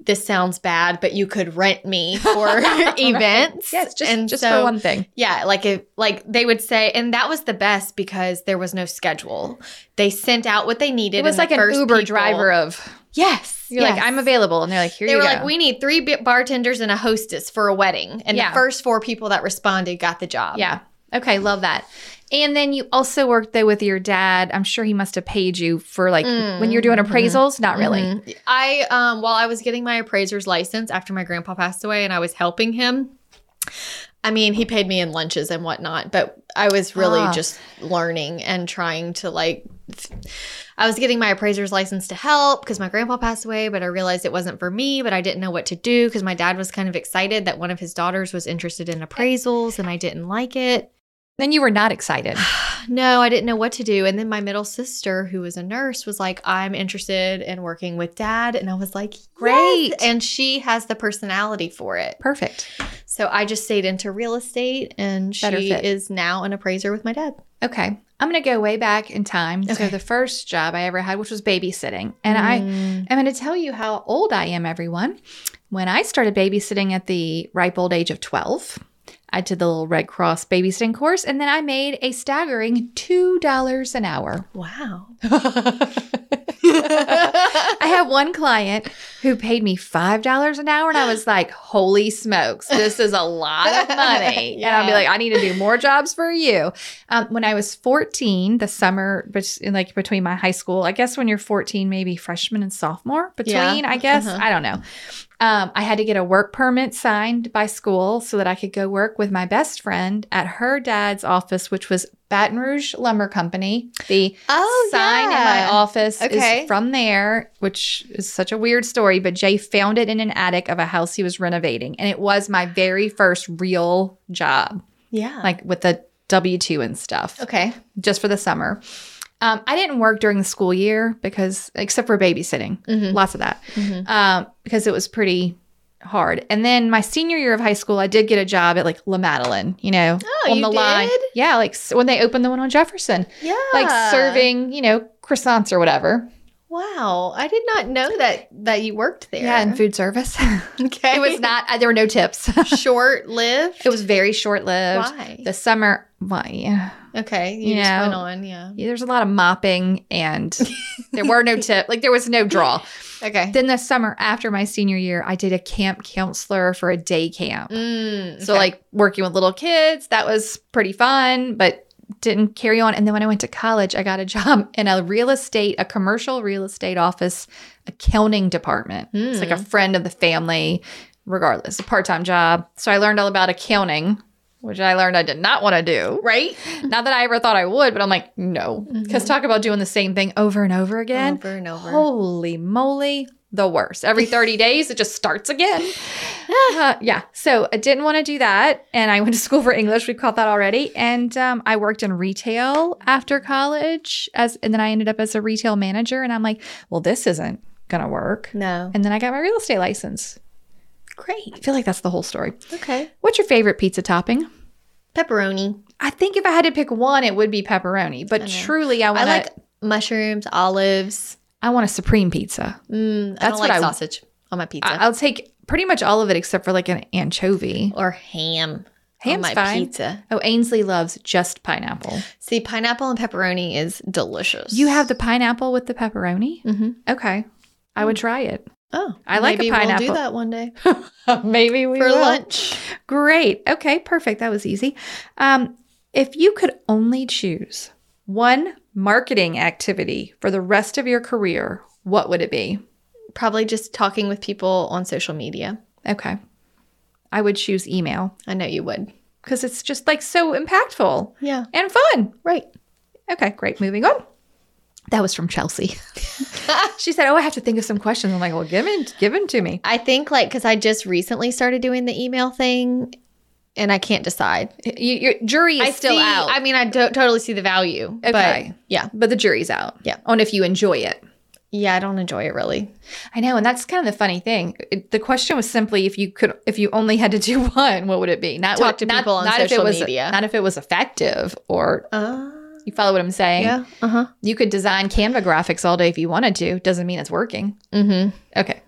Speaker 2: this sounds bad, but you could rent me for events.
Speaker 3: yes, just
Speaker 2: and
Speaker 3: just
Speaker 2: so-
Speaker 3: for one thing.
Speaker 2: Yeah, like if like they would say, and that was the best because there was no schedule. They sent out what they needed.
Speaker 3: It was
Speaker 2: and the
Speaker 3: like an
Speaker 2: first
Speaker 3: Uber
Speaker 2: people-
Speaker 3: driver of
Speaker 2: Yes,
Speaker 3: you're
Speaker 2: yes.
Speaker 3: like I'm available, and they're like here
Speaker 2: They
Speaker 3: you
Speaker 2: were
Speaker 3: go.
Speaker 2: like, we need three bi- bartenders and a hostess for a wedding, and
Speaker 3: Yeah.
Speaker 2: the first four people that responded got the job.
Speaker 3: Yeah. Okay, love that. And then you also worked though with your dad. I'm sure he must have paid you for like when you're
Speaker 2: Mm-hmm.
Speaker 3: doing appraisals. Not really.
Speaker 2: Mhm. I um while I was getting my appraiser's license after my grandpa passed away and I was helping him. I mean, he paid me in lunches and whatnot, but I was really
Speaker 3: Ah.
Speaker 2: just learning and trying to like f- I was getting my appraiser's license to help because my grandpa passed away, but I realized it wasn't for me, but I didn't know what to do because my dad was kind of excited that one of his daughters was interested in appraisals and I didn't like it.
Speaker 3: Then you were not excited.
Speaker 2: No, I didn't know what to do. And then my middle sister, who was a nurse, was like, I'm interested in working with dad. And I was like,
Speaker 3: Great.
Speaker 2: Great. And she has the personality for it.
Speaker 3: Perfect.
Speaker 2: So I just stayed into real estate and
Speaker 3: Better
Speaker 2: she
Speaker 3: fit.
Speaker 2: is now an appraiser with my dad.
Speaker 3: Okay. I'm going to go way back in time. So
Speaker 2: Okay.
Speaker 3: the first job I ever had, which was babysitting. And I
Speaker 2: Mm.
Speaker 3: am going to tell you how old I am, everyone. When I started babysitting at the ripe old age of 12, I did the little Red Cross babysitting course, and then I made a staggering $2 an hour.
Speaker 2: Wow.
Speaker 3: I had one client who paid me five dollars an hour, and I was like, "Holy smokes, this is a lot of money!" And I'd be
Speaker 2: Yeah.
Speaker 3: like, "I need to do more jobs for you." Um, when I was fourteen, the summer, bet- like between my high school, I guess when you're fourteen, maybe freshman and sophomore, between, I guess,
Speaker 2: Uh-huh.
Speaker 3: I don't know. Um, I had to get a work permit signed by school so that I could go work with my best friend at her dad's office, which was Baton Rouge Lumber Company. The
Speaker 2: Oh,
Speaker 3: sign in my office
Speaker 2: Okay.
Speaker 3: is from there, which is such a weird story. But Jay found it in an attic of a house he was renovating, and it was my very first real job,
Speaker 2: Yeah.
Speaker 3: like with the W two and stuff,
Speaker 2: okay.
Speaker 3: just for the summer. Um, I didn't work during the school year because, except for babysitting,
Speaker 2: Mm-hmm.
Speaker 3: lots of that, um, because it was pretty hard. And then my senior year of high school, I did get a job at like La Madeline, you know,
Speaker 2: Oh, you did?
Speaker 3: Yeah, like s- when they opened the one on Jefferson
Speaker 2: Yeah.
Speaker 3: like serving, you know, croissants or whatever.
Speaker 2: Wow, I did not know that that you worked there.
Speaker 3: Yeah, in food service.
Speaker 2: okay.
Speaker 3: it was not. uh, There were no tips.
Speaker 2: short lived.
Speaker 3: it was very short lived.
Speaker 2: why?
Speaker 3: The summer, why? yeah.
Speaker 2: okay, you
Speaker 3: you
Speaker 2: just
Speaker 3: know,
Speaker 2: went on. Yeah.
Speaker 3: Yeah, There's a lot of mopping, and there were no tip. Like there was no draw.
Speaker 2: Okay.
Speaker 3: Then the summer after my senior year, I did a camp counselor for a day camp.
Speaker 2: Mm,
Speaker 3: So
Speaker 2: okay.
Speaker 3: like working with little kids, that was pretty fun, but didn't carry on. And then when I went to college, I got a job in a real estate, a commercial real estate office accounting department. It's like a friend of the family, regardless, a part-time job. So I learned all about accounting, which I learned I did not want to do.
Speaker 2: right
Speaker 3: Not that I ever thought I would, but I'm like, no. Because talk about doing the same thing over and over again.
Speaker 2: over and over.
Speaker 3: Holy moly, the worst. Every 30 days, it just starts again. Uh, yeah. So I didn't want to do that. And I went to school for English. We've caught that already. And um, I worked in retail after college. as, And then I ended up as a retail manager. And I'm like, well, this isn't going to work.
Speaker 2: no.
Speaker 3: And then I got my real estate license. I
Speaker 2: Great.
Speaker 3: feel like that's the whole story.
Speaker 2: Okay.
Speaker 3: What's your favorite pizza topping?
Speaker 2: Pepperoni.
Speaker 3: I think if I had to pick one, it would be pepperoni. But
Speaker 2: know.
Speaker 3: truly, I
Speaker 2: I
Speaker 3: want
Speaker 2: like
Speaker 3: like,
Speaker 2: mushrooms, olives.
Speaker 3: I want a supreme pizza.
Speaker 2: Mm, I
Speaker 3: That's
Speaker 2: don't
Speaker 3: what
Speaker 2: like
Speaker 3: I-
Speaker 2: sausage on my pizza
Speaker 3: I- I'll take pretty much all of it except for like an anchovy.
Speaker 2: or ham. on
Speaker 3: Ham's
Speaker 2: my
Speaker 3: fine.
Speaker 2: pizza.
Speaker 3: Oh, Ainsley loves just pineapple.
Speaker 2: See, pineapple and pepperoni is delicious.
Speaker 3: You have the pineapple with the pepperoni?
Speaker 2: Mm-hmm.
Speaker 3: Okay. I would try it.
Speaker 2: Oh,
Speaker 3: I like a
Speaker 2: maybe
Speaker 3: pineapple.
Speaker 2: We'll do that one day
Speaker 3: Maybe we
Speaker 2: for lunch.
Speaker 3: Great. Okay, perfect. That was easy. Um, if you could only choose one marketing activity for the rest of your career, what would it be?
Speaker 2: Probably just talking with people on social media.
Speaker 3: Okay. I would choose email
Speaker 2: I know you would.
Speaker 3: because it's just like so impactful
Speaker 2: Yeah.
Speaker 3: and fun.
Speaker 2: Right.
Speaker 3: Okay, great. Moving on. That was from Chelsea. she said, "Oh, I have to think of some questions." I'm like, "Well, give them, give them to me."
Speaker 2: I think like because I just recently started doing the email thing, and I can't decide.
Speaker 3: You, your jury is
Speaker 2: I
Speaker 3: still
Speaker 2: see-
Speaker 3: out,
Speaker 2: I mean, I do- totally see the value.
Speaker 3: Okay.
Speaker 2: But yeah,
Speaker 3: but the jury's out.
Speaker 2: Yeah.
Speaker 3: on if you enjoy it.
Speaker 2: yeah, I don't enjoy it really.
Speaker 3: I know, and that's kind of the funny thing. It- the question was simply if you could, if you only had to do one, what would it be? Not
Speaker 2: Talk
Speaker 3: what-
Speaker 2: to
Speaker 3: not-
Speaker 2: people on
Speaker 3: not if it
Speaker 2: social
Speaker 3: was-
Speaker 2: media.
Speaker 3: Not if it was effective, or
Speaker 2: Uh,
Speaker 3: you follow what I'm saying.
Speaker 2: yeah. Uh huh.
Speaker 3: You could design Canva graphics all day if you wanted to. Doesn't mean it's working.
Speaker 2: Mm-hmm.
Speaker 3: Okay,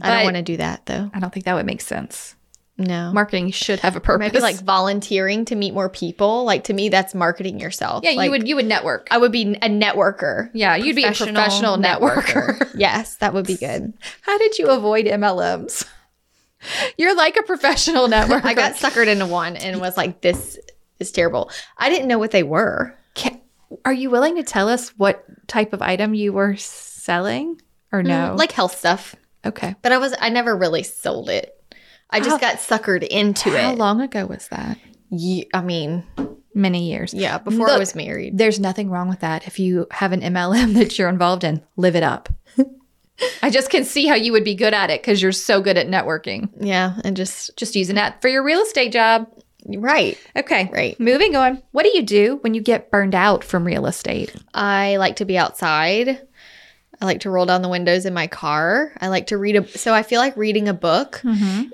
Speaker 2: I
Speaker 3: But-
Speaker 2: don't want to do that though.
Speaker 3: I don't think that would make sense.
Speaker 2: No.
Speaker 3: Marketing should have a purpose.
Speaker 2: Maybe like volunteering to meet more people. Like to me, that's marketing yourself.
Speaker 3: yeah,
Speaker 2: Like,
Speaker 3: you would you would network.
Speaker 2: I would be a networker.
Speaker 3: Yeah, you'd be a professional networker.
Speaker 2: yes, that would be good.
Speaker 3: How did you avoid MLMs? You're like a professional networker.
Speaker 2: I got suckered into one and was like, "This is terrible." I didn't know what they were.
Speaker 3: Can- are you willing to tell us what type of item you were selling or no?
Speaker 2: Mm, Like health stuff,
Speaker 3: okay.
Speaker 2: but I was I never really sold it. I just
Speaker 3: How-
Speaker 2: got suckered into
Speaker 3: How
Speaker 2: it.
Speaker 3: long ago was that?
Speaker 2: Ye- I mean,
Speaker 3: Many years.
Speaker 2: yeah, before I
Speaker 3: Look.
Speaker 2: was married.
Speaker 3: There's nothing wrong with that. If you have an MLM that you're involved in, live it up. I just can see how you would be good at it because you're so good at networking.
Speaker 2: Yeah, and just
Speaker 3: Just using that for your real estate job.
Speaker 2: right.
Speaker 3: Okay.
Speaker 2: Right.
Speaker 3: Moving on. What do you do when you get burned out from real estate?
Speaker 2: I like to be outside. I like to roll down the windows in my car. I like to read a so I feel like reading a book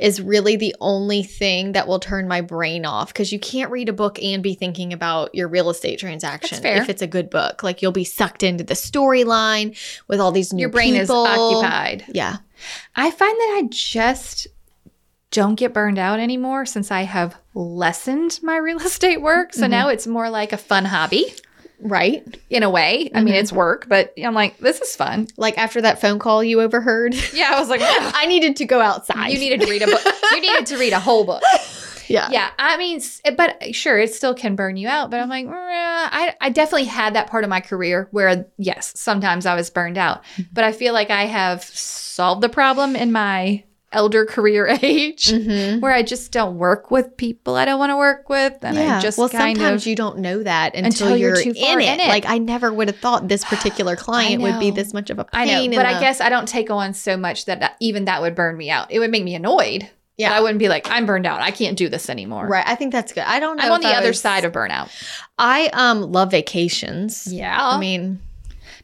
Speaker 2: is really the only thing that will turn my brain off cuz you can't read a book and be thinking about your real estate transaction
Speaker 3: fair.
Speaker 2: if it's a good book. Like you'll be sucked into the storyline with all these new
Speaker 3: Your brain
Speaker 2: people.
Speaker 3: is occupied.
Speaker 2: Yeah.
Speaker 3: I find that I just don't get burned out anymore since I have lessened my real estate work. So now it's more like a fun hobby
Speaker 2: Right?
Speaker 3: in a way. I mean, it's work, but I'm like, this is fun.
Speaker 2: Like after that phone call you overheard,
Speaker 3: Yeah, I was like,
Speaker 2: I needed to go outside.
Speaker 3: you needed to read a book. You needed to read a whole book.
Speaker 2: yeah.
Speaker 3: Yeah, I mean, s- eh, but sure, it still can burn you out. But I'm like, "Nah." I, I definitely had that part of my career where, yes, sometimes I was burned out.
Speaker 2: Mm-hmm.
Speaker 3: But I feel like I have solved the problem in my elder career age
Speaker 2: Mhm.
Speaker 3: where I just don't work with people I don't want to work with. And I just
Speaker 2: well,
Speaker 3: kind
Speaker 2: sometimes
Speaker 3: of.
Speaker 2: you don't know that until,
Speaker 3: Until you're
Speaker 2: you're,
Speaker 3: too far
Speaker 2: in, it.
Speaker 3: in it.
Speaker 2: Like I never would have thought this particular client would be
Speaker 3: know.
Speaker 2: this much of a pain.
Speaker 3: I know,
Speaker 2: in
Speaker 3: but I
Speaker 2: the-
Speaker 3: guess I don't take on so much that, that even that would burn me out. It would make me annoyed.
Speaker 2: Yeah.
Speaker 3: But I wouldn't be like, I'm burned out. I can't do this anymore.
Speaker 2: right. I think that's good. I don't. Know
Speaker 3: I'm on
Speaker 2: if
Speaker 3: the
Speaker 2: I
Speaker 3: other
Speaker 2: was-
Speaker 3: side of burnout.
Speaker 2: I um love vacations.
Speaker 3: Yeah.
Speaker 2: I mean,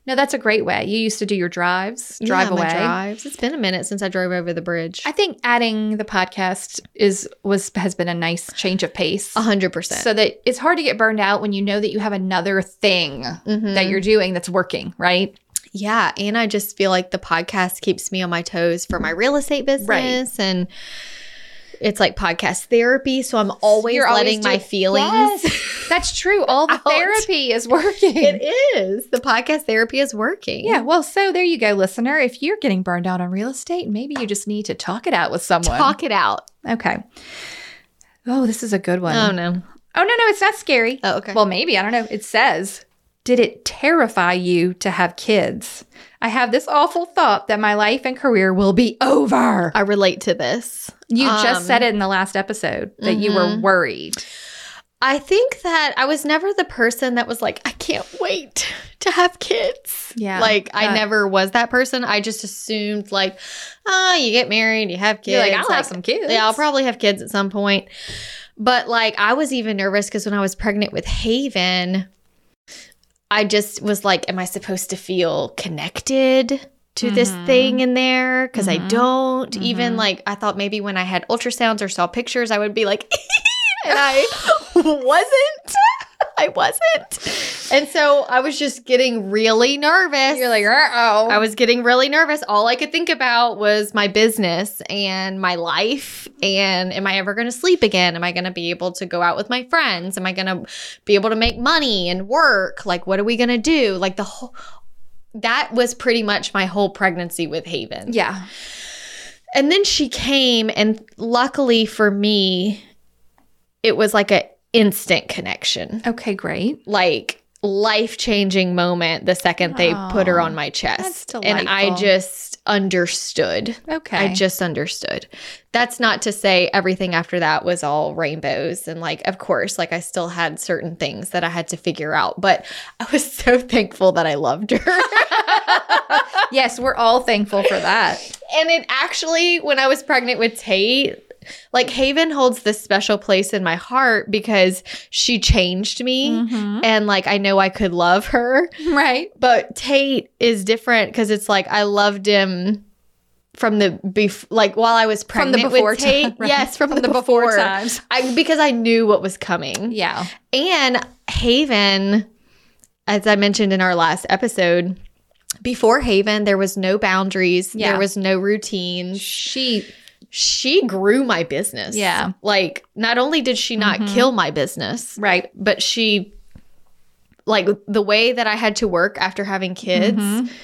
Speaker 3: no, that's a great way. You used to do your drives, drive
Speaker 2: yeah, my
Speaker 3: away.
Speaker 2: drives. It's been a minute since I drove over the bridge.
Speaker 3: I think adding the podcast is was has been a nice change of pace.
Speaker 2: A hundred percent.
Speaker 3: So that
Speaker 2: Mm-hmm. Mm.
Speaker 3: it's hard to get burned out when you know that you have another thing that you're doing that's working, right?
Speaker 2: Yeah, and I just feel like the podcast keeps me on my toes for my real estate business and it's like podcast therapy, so I'm always
Speaker 3: You're always
Speaker 2: letting my
Speaker 3: doing-
Speaker 2: feelings.
Speaker 3: Yes. That's true. All the
Speaker 2: Out.
Speaker 3: therapy is working.
Speaker 2: It is. The podcast therapy is working.
Speaker 3: Yeah, well, so there you go, listener. If you're getting burned out on real estate, maybe you just need to talk it out with someone.
Speaker 2: Talk it out.
Speaker 3: Okay. Oh, this is a good one.
Speaker 2: Oh no.
Speaker 3: Oh, no, no, it's not scary.
Speaker 2: Oh, okay.
Speaker 3: Well, maybe. I don't know. It says, Did it terrify you to have kids? I have this awful thought that my life and career will be over.
Speaker 2: I relate to this.
Speaker 3: You just
Speaker 2: Um,
Speaker 3: said it in the last episode that you were
Speaker 2: mhm.
Speaker 3: worried.
Speaker 2: I think that I was never the person that was like, I can't wait to have kids.
Speaker 3: Yeah.
Speaker 2: Like,
Speaker 3: Uh,
Speaker 2: I never was that person. I just assumed, like, oh, you get married, you have kids.
Speaker 3: You're like, I'll have some kids.
Speaker 2: Yeah, I'll probably have kids at some point. But like, I was even nervous because when I was pregnant with Haven, I just was like, am I supposed to feel connected to this
Speaker 3: Mhm.
Speaker 2: thing in there? Because I
Speaker 3: Mhm.
Speaker 2: don't. Even
Speaker 3: Mhm.
Speaker 2: like, I thought maybe when I had ultrasounds or saw pictures, I would be like, and I wasn't. I wasn't. And so I was just getting really nervous.
Speaker 3: You're like, uh oh.
Speaker 2: I was getting really nervous. All I could think about was my business and my life. And am I ever going to sleep again? Am I going to be able to go out with my friends? Am I going to be able to make money and work? Like, what are we going to do? Like, the whole. That was pretty much my whole pregnancy with Haven.
Speaker 3: yeah.
Speaker 2: And then she came, and luckily for me, it was like a instant connection,
Speaker 3: Okay, great.
Speaker 2: like life changing moment. The second they put her
Speaker 3: Aw,
Speaker 2: on my chest,
Speaker 3: that's
Speaker 2: and I
Speaker 3: delightful.
Speaker 2: just understood.
Speaker 3: Okay.
Speaker 2: I just understood. That's not to say everything after that was all rainbows. And, like, of course, like I still had certain things that I had to figure out, but I was so thankful that I loved her.
Speaker 3: yes, we're all thankful for that.
Speaker 2: And it actually, when I was pregnant with Tate, like Haven holds this special place in my heart because she changed me.
Speaker 3: Mm-hmm.
Speaker 2: And like, I know I could love her,
Speaker 3: Right.
Speaker 2: but Tate is different because it's like I loved him from the bef- like while I was
Speaker 3: From the
Speaker 2: pregnant
Speaker 3: before
Speaker 2: with Tate.
Speaker 3: time, right.
Speaker 2: Yes, from, the, before, times. I, because I knew what was coming.
Speaker 3: Yeah.
Speaker 2: And Haven, as I mentioned in our last episode, before Haven, there was no boundaries,
Speaker 3: Yeah.
Speaker 2: there was no routines.
Speaker 3: She
Speaker 2: She grew my business.
Speaker 3: Yeah. Mm-hmm.
Speaker 2: Like, not only did she not kill my business,
Speaker 3: right.
Speaker 2: but she, like, the way that I had to work after having kids
Speaker 3: Mm-hmm.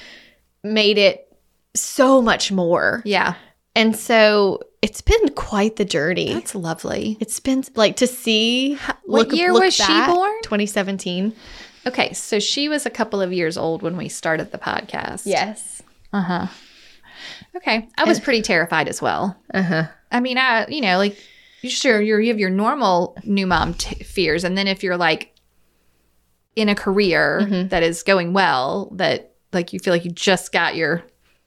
Speaker 2: made it so much more.
Speaker 3: Yeah.
Speaker 2: And so it's been quite the journey.
Speaker 3: That's lovely.
Speaker 2: it's been like to see.
Speaker 3: What year was she born?
Speaker 2: 2017.
Speaker 3: Okay, so she was a couple of years old when we started the podcast.
Speaker 2: Yes.
Speaker 3: Uh
Speaker 2: Uh-huh.
Speaker 3: huh. Okay, I was pretty terrified as well.
Speaker 2: Uh huh.
Speaker 3: I mean, I you know like you sure you're, you have your normal new mom t- fears, and then if you're like in a career
Speaker 2: Mm-hmm.
Speaker 3: that is going well, that like you feel like you just got your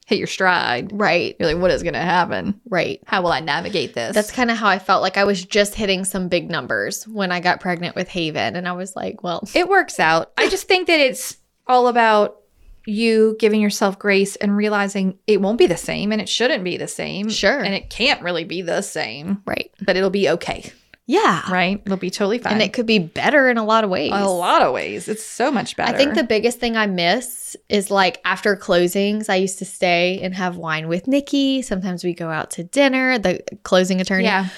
Speaker 3: hit your stride,
Speaker 2: Right.
Speaker 3: you're like, what is going to happen?
Speaker 2: Right.
Speaker 3: How will I navigate this?
Speaker 2: That's kind of how I felt. Like I was just hitting some big numbers when I got pregnant with Haven, and I was like, "Well,
Speaker 3: it works out. I just think that it's all about you giving yourself grace and realizing it won't be the same and it shouldn't be the same.
Speaker 2: Sure.
Speaker 3: And it can't really be the same,
Speaker 2: right,
Speaker 3: but it'll be okay,
Speaker 2: yeah,
Speaker 3: right? It'll be totally fine.
Speaker 2: and it could be better in a lot of ways."
Speaker 3: a lot of ways. It's so much better.
Speaker 2: I think the biggest thing I miss is like after closings, I used to stay and have wine with Nikki. Sometimes we go out to dinner, the closing attorney,
Speaker 3: yeah.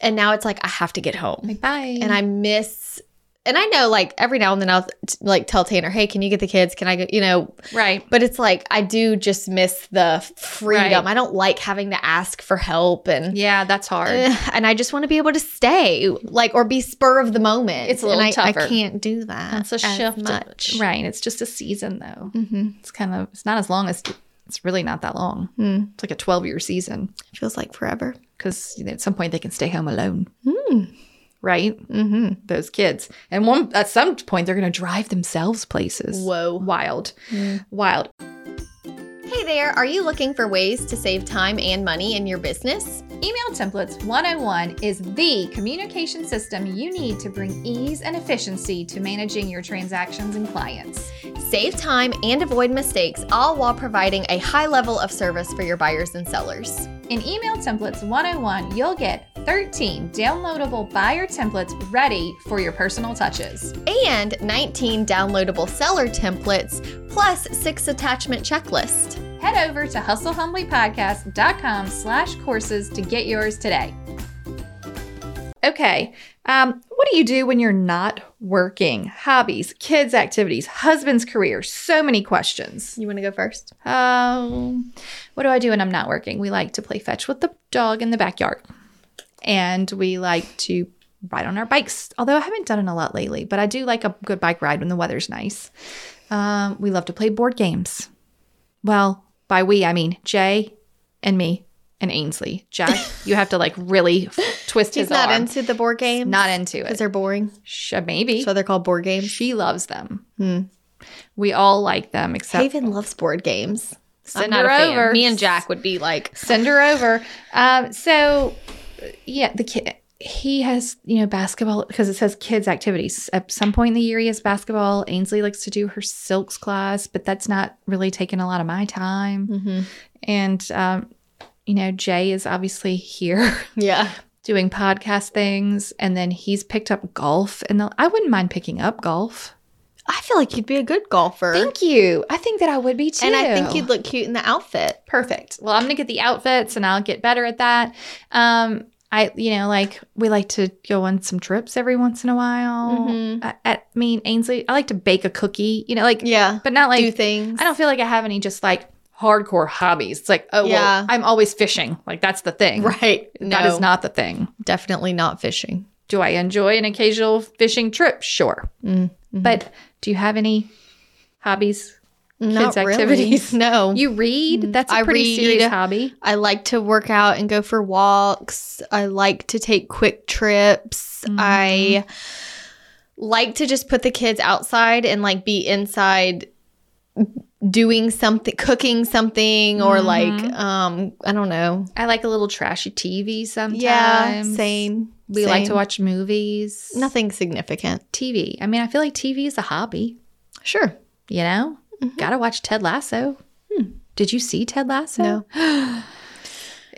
Speaker 2: and now it's like I have to get home.
Speaker 3: Like, bye.
Speaker 2: and I miss. And I know, like every now and then, I'll t- like tell Tanner, "Hey, can you get the kids? Can I go?" You know,
Speaker 3: right.
Speaker 2: but it's like I do just miss the freedom.
Speaker 3: Right.
Speaker 2: I don't like having to ask for help, and
Speaker 3: Yeah, that's hard.
Speaker 2: Ugh, and I just want to be able to stay, like, or be spur of the moment.
Speaker 3: It's a little
Speaker 2: and I,
Speaker 3: tougher.
Speaker 2: I can't do that.
Speaker 3: That's a shift.
Speaker 2: as much.
Speaker 3: Right. It's just a season though.
Speaker 2: hmm
Speaker 3: It's kind of it's not as long as it's really not that long.
Speaker 2: Mm.
Speaker 3: It's like a 12 year season
Speaker 2: Feels like forever.
Speaker 3: because at some point they can stay home alone.
Speaker 2: Mm.
Speaker 3: Right.
Speaker 2: hmm
Speaker 3: those kids. And one at some point they're going to drive themselves places.
Speaker 2: Whoa. Hmm.
Speaker 3: Wild. Wild.
Speaker 2: Hey there. Are you looking for ways to save time and money in your business?
Speaker 1: Email Templates 101 is the communication system you need to bring ease and efficiency to managing your transactions and clients.
Speaker 2: Save time and avoid mistakes, all while providing a high level of service for your buyers and sellers.
Speaker 1: In Email Templates 101, you'll get 13 downloadable buyer templates ready for your personal touches.
Speaker 2: and 19 downloadable seller templates, plus six attachment checklist.
Speaker 1: Head over to hustlehumblypodcast.com slash courses to get yours today.
Speaker 3: Okay. Um, what do you do when you're not working? Hobbies, kids' activities, husband's career. So many questions.
Speaker 2: You want to go first?
Speaker 3: Um, what do I do when I'm not working? We like to play fetch with the dog in the backyard, and we like to ride on our bikes. Although I haven't done it a lot lately, but I do like a good bike ride when the weather's nice. Um, we love to play board games. Well, by we I mean Jay and me and Ainsley. Jack, you have to like really twist
Speaker 2: She's
Speaker 3: his
Speaker 2: not
Speaker 3: arm.
Speaker 2: into the board games.
Speaker 3: Not into
Speaker 2: because
Speaker 3: it.
Speaker 2: they're boring.
Speaker 3: Sh- maybe.
Speaker 2: So they're called board games.
Speaker 3: she loves them.
Speaker 2: Hmm.
Speaker 3: We all like them except
Speaker 2: Haven loves board games.
Speaker 3: send her over.
Speaker 2: Me and Jack would be like,
Speaker 3: Send her over. Um, so, yeah, the kid. He has, you know, basketball because it says kids' activities. At some point in the year, he has basketball. Ainsley likes to do her silks class, but that's not really taking a lot of my time. And, um, you know, Jay is obviously here
Speaker 2: yeah.
Speaker 3: doing podcast things, and then he's picked up golf. And the, I wouldn't mind picking up golf.
Speaker 2: I feel like you'd be a good golfer.
Speaker 3: Thank you. I think that I would be too.
Speaker 2: and I think you'd look cute in the outfit.
Speaker 3: perfect. Well, I'm gonna get the outfits and I'll get better at that. Um, I you know like we like to go on some trips every once in a while.
Speaker 2: Mhm.
Speaker 3: I, I mean Ainsley, I like to bake a cookie. You know like
Speaker 2: Yeah.
Speaker 3: but not
Speaker 2: Do
Speaker 3: like
Speaker 2: things.
Speaker 3: I don't feel like I have any just like hardcore hobbies. It's like oh
Speaker 2: Yeah.
Speaker 3: well I'm always fishing. Like that's the thing.
Speaker 2: Right.
Speaker 3: That is not the thing.
Speaker 2: definitely not fishing.
Speaker 3: Do I enjoy an occasional fishing trip? Sure.
Speaker 2: Mm,
Speaker 3: But do you have any hobbies?
Speaker 2: Not
Speaker 3: Kids' activities.
Speaker 2: Really. No.
Speaker 3: You read? That's
Speaker 2: Mm-hmm. I
Speaker 3: a pretty
Speaker 2: read.
Speaker 3: serious hobby.
Speaker 2: I like to work out and go for walks. I like to take quick trips.
Speaker 3: Mm-hmm.
Speaker 2: I like to just put the kids outside and like be inside doing something, cooking something or
Speaker 3: Mm-hmm.
Speaker 2: like um I don't know.
Speaker 3: I like a little trashy TV sometimes.
Speaker 2: Yeah, same.
Speaker 3: We like to
Speaker 2: Same.
Speaker 3: watch movies.
Speaker 2: nothing significant.
Speaker 3: TV. I mean, I feel like TV is a hobby,
Speaker 2: Sure.
Speaker 3: you know?
Speaker 2: Mm-hmm.
Speaker 3: Gotta watch Ted Lasso.
Speaker 2: Hmm.
Speaker 3: Did you see Ted Lasso?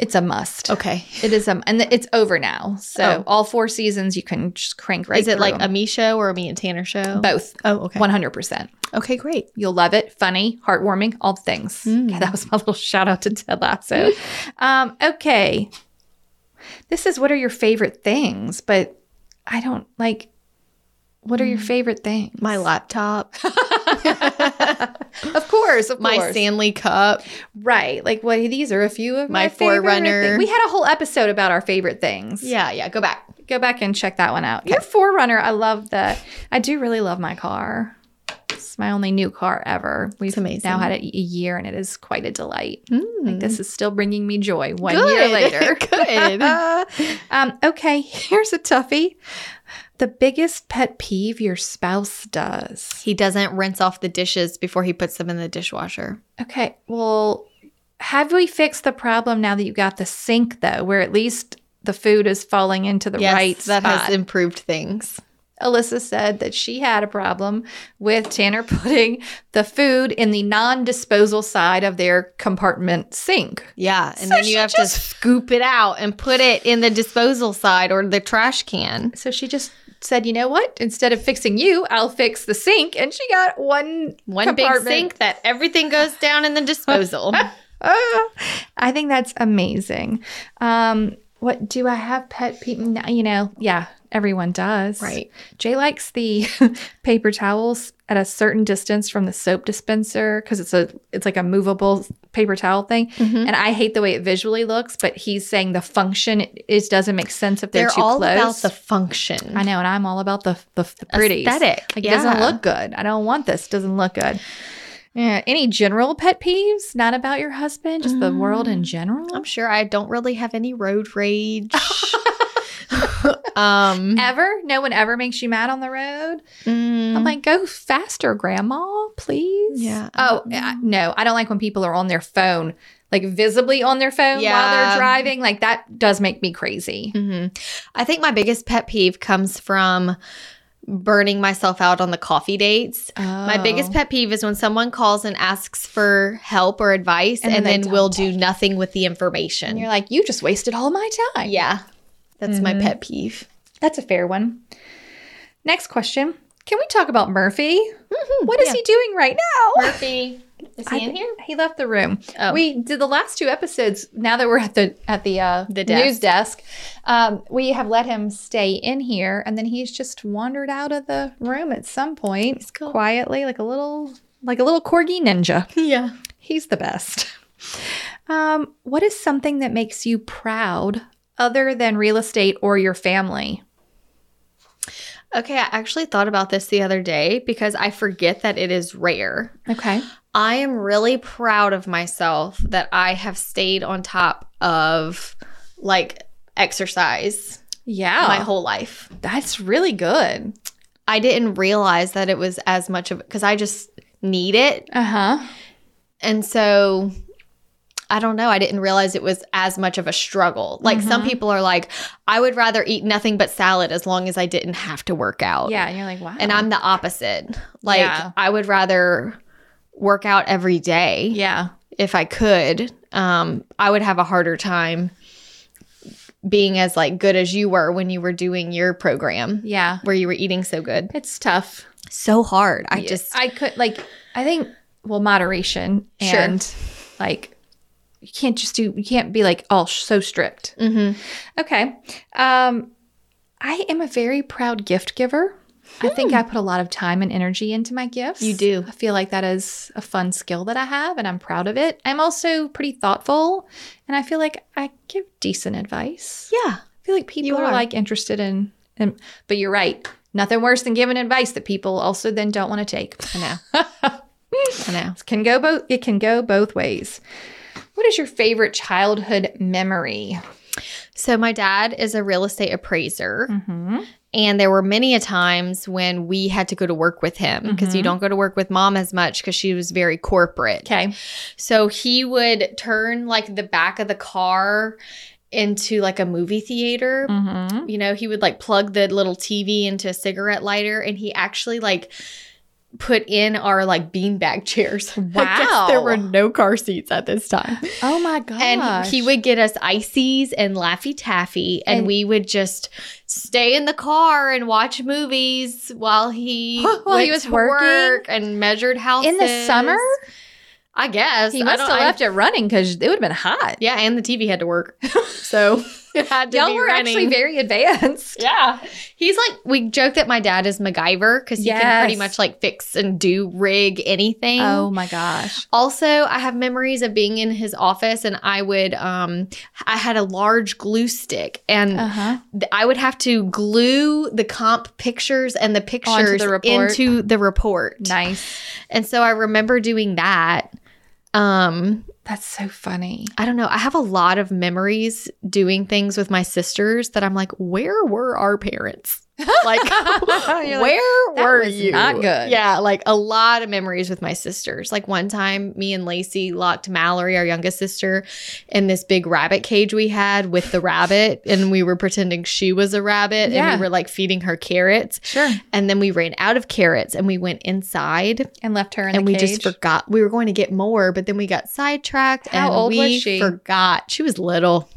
Speaker 3: It's a must.
Speaker 2: Okay. Oh.
Speaker 3: It is um and it's over now. So all four seasons you can just crank right
Speaker 2: Is it
Speaker 3: through
Speaker 2: like a
Speaker 3: them.
Speaker 2: me show or a me and Tanner show?
Speaker 3: both?
Speaker 2: oh, okay.
Speaker 3: One hundred percent.
Speaker 2: Okay, great.
Speaker 3: You'll love it. Funny, heartwarming, all the things.
Speaker 2: Hmm.
Speaker 3: Yeah, that was my little shout out to Ted Lasso. um, okay. This is what are your favorite things, but I don't like what are your favorite things?
Speaker 2: Hmm. My laptop,
Speaker 3: Of course, of
Speaker 2: my
Speaker 3: course.
Speaker 2: Stanley cup.
Speaker 3: right. Like what these are a few of my,
Speaker 2: My
Speaker 3: favorite
Speaker 2: Forerunner.
Speaker 3: thing- We had a whole episode about our favorite things.
Speaker 2: Yeah, yeah, go back.
Speaker 3: Go back and check that one out. Your forerunner, I love that. I do really love my car. It's my only new car ever. We've
Speaker 2: amazing. Hmm.
Speaker 3: now had it a year and it is quite a delight. Like, this is still bringing me joy one year
Speaker 2: Good.
Speaker 3: later.
Speaker 2: Good.
Speaker 3: um, okay, here's a toughie. The biggest pet peeve your spouse does.
Speaker 2: He doesn't rinse off the dishes before he puts them in the dishwasher.
Speaker 3: Okay, well, have we fixed the problem now that you got the sink though, where at least the food is falling into the right
Speaker 2: that
Speaker 3: spot?
Speaker 2: has improved things.
Speaker 3: Alyssa said that she had a problem with Tanner putting the food in the non-disposal side of their compartment sink.
Speaker 2: Yeah, and
Speaker 3: So
Speaker 2: then
Speaker 3: she
Speaker 2: you have
Speaker 3: just-
Speaker 2: to scoop it out and put it in the disposal side or the trash can.
Speaker 3: So she just said, "You know what? Instead of fixing you, I'll fix the sink." And she got one
Speaker 2: One big
Speaker 3: compartment.
Speaker 2: sink that everything goes down in the disposal.
Speaker 3: Ah, I think that's amazing. Um, what do I have pet peeve? No, You know, yeah, everyone does.
Speaker 2: Right.
Speaker 3: Jay likes the paper towels at a certain distance from the soap dispenser because it's a it's like a movable paper towel thing,
Speaker 2: Mm-hmm.
Speaker 3: and I hate the way it visually looks. But he's saying the function is doesn't make sense if they're,
Speaker 2: They're
Speaker 3: too
Speaker 2: all
Speaker 3: close.
Speaker 2: about the function.
Speaker 3: I know, and I'm all about the the, the pretty
Speaker 2: Aesthetic,
Speaker 3: Like, it doesn't
Speaker 2: yeah.
Speaker 3: look good. I don't want this. Doesn't look good. Yeah. Any general pet peeves? Not about your husband, just the world in general.
Speaker 2: Um, I'm sure I don't really have any road rage. um,
Speaker 3: ever? No one ever makes you mad on the road. I'm
Speaker 2: mm,
Speaker 3: like, go faster, Grandma, please.
Speaker 2: Yeah, I
Speaker 3: Oh I- no, I don't like when people are on their phone, like visibly on their phone while
Speaker 2: Yeah.
Speaker 3: they're driving. Like that does make me crazy.
Speaker 2: mhm. I think my biggest pet peeve comes from burning myself out on the coffee dates. My biggest pet peeve is when someone calls and asks for help or advice
Speaker 3: And
Speaker 2: and,
Speaker 3: then they
Speaker 2: then will
Speaker 3: don't
Speaker 2: do nothing with the information.
Speaker 3: And you're like, you just wasted all my time.
Speaker 2: yeah. That's my pet peeve.
Speaker 3: That's a fair one. Next question. Can we talk about Murphy?
Speaker 2: Mm-hmm.
Speaker 3: What is he doing right now?
Speaker 2: Murphy, is he
Speaker 3: I
Speaker 2: in
Speaker 3: th-
Speaker 2: here?
Speaker 3: He left the room.
Speaker 2: Oh.
Speaker 3: We did the last two episodes. Now that we're at the at the, uh,
Speaker 2: The desk.
Speaker 3: news desk, um, we have let him stay in here, and then he's just wandered out of the room at some point,
Speaker 2: cool.
Speaker 3: quietly, like a little like a little corgi ninja.
Speaker 2: Yeah.
Speaker 3: He's the best. Um, what is something that makes you proud other than real estate or your family?
Speaker 2: Okay, I actually thought about this the other day because I forget that it is rare.
Speaker 3: Okay.
Speaker 2: I am really proud of myself that I have stayed on top of like exercise
Speaker 3: Yeah.
Speaker 2: my whole life.
Speaker 3: that's really good.
Speaker 2: I didn't realize that it was as much of because I just need it.
Speaker 3: Uh huh.
Speaker 2: And so I don't know. I didn't realize it was as much of a struggle. Like some
Speaker 3: Mm-hmm.
Speaker 2: people are like, I would rather eat nothing but salad as long as I didn't have to work out.
Speaker 3: Yeah. And you're like, wow.
Speaker 2: And I'm the opposite. Like
Speaker 3: Yeah.
Speaker 2: I would rather work out every day
Speaker 3: yeah.
Speaker 2: if I could, um, I would have a harder time being as like good as you were when you were doing your program
Speaker 3: Yeah.
Speaker 2: where you were eating so good.
Speaker 3: It's tough.
Speaker 2: So hard. I
Speaker 3: Yeah.
Speaker 2: just
Speaker 3: I could like I think well moderation
Speaker 2: Sure.
Speaker 3: and like you can't just do you can't be like all sh- so strict.
Speaker 2: Mhm.
Speaker 3: Okay. Um I am a very proud gift giver. I think I put a lot of time and energy into my gifts.
Speaker 2: Hmm. You do.
Speaker 3: I feel like that is a fun skill that I have and I'm proud of it. I'm also pretty thoughtful and I feel like I give decent advice.
Speaker 2: yeah.
Speaker 3: I feel like people
Speaker 2: You
Speaker 3: are.
Speaker 2: are.
Speaker 3: like interested in, in but you're right. Nothing worse than giving advice that people also then don't want to take.
Speaker 2: I know. I know.
Speaker 3: It can go both it can go both ways. What is your favorite childhood memory?
Speaker 2: So my dad is a real estate appraiser
Speaker 3: Mm-hmm.
Speaker 2: and there were many a times when we had to go to work with him because you don't go to work with mom as much cuz she was very corporate.
Speaker 3: Okay.
Speaker 2: So he would turn like the back of the car into like a movie theater
Speaker 3: Mm-hmm.
Speaker 2: you know he would like plug the little tv into a cigarette lighter and he actually like put in our like beanbag chairs I guess
Speaker 3: Wow.
Speaker 2: there were no car seats at this time
Speaker 3: Oh my gosh.
Speaker 2: and he would get us ices and laffy taffy and,
Speaker 3: And-
Speaker 2: we would just stay in the car and watch movies while he
Speaker 3: While he
Speaker 2: went
Speaker 3: was
Speaker 2: to
Speaker 3: working?
Speaker 2: work and measured houses
Speaker 3: in the summer?
Speaker 2: i guess
Speaker 3: He
Speaker 2: I
Speaker 3: must
Speaker 2: don't-
Speaker 3: have
Speaker 2: I-
Speaker 3: left it running because it would have been hot.
Speaker 2: yeah and the tv had to work so it had to
Speaker 3: Y'all
Speaker 2: be
Speaker 3: were
Speaker 2: running.
Speaker 3: actually very advanced.
Speaker 2: Yeah. He's like, we joke that my dad is MacGyver because he can pretty
Speaker 3: Yes.
Speaker 2: much like fix and do rig anything.
Speaker 3: Oh my gosh.
Speaker 2: Also, I have memories of being in his office and I would, um, I had a large glue stick and
Speaker 3: Uh-huh.
Speaker 2: th- I would have to glue the comp pictures and the pictures
Speaker 3: the report.
Speaker 2: into the report.
Speaker 3: Nice.
Speaker 2: And so I remember doing that. Um,
Speaker 3: That's so funny.
Speaker 2: I don't know. I have a lot of memories doing things with my sisters that I'm like, where were our parents? Like,
Speaker 3: You're like,
Speaker 2: where
Speaker 3: "That
Speaker 2: were
Speaker 3: was
Speaker 2: you?
Speaker 3: not good.
Speaker 2: Yeah, like a lot of memories with my sisters. Like one time, me and Lacey locked Mallory, our youngest sister, in this big rabbit cage we had with the rabbit, and we were pretending she was a rabbit,
Speaker 3: Yeah.
Speaker 2: and we were like feeding her carrots.
Speaker 3: Sure.
Speaker 2: And then we ran out of carrots, and we went inside
Speaker 3: And left her in
Speaker 2: and
Speaker 3: the
Speaker 2: we
Speaker 3: cage.
Speaker 2: just forgot we were going to get more, but then we got sidetracked.
Speaker 3: How
Speaker 2: and
Speaker 3: old
Speaker 2: we
Speaker 3: was she?
Speaker 2: Forgot she was little.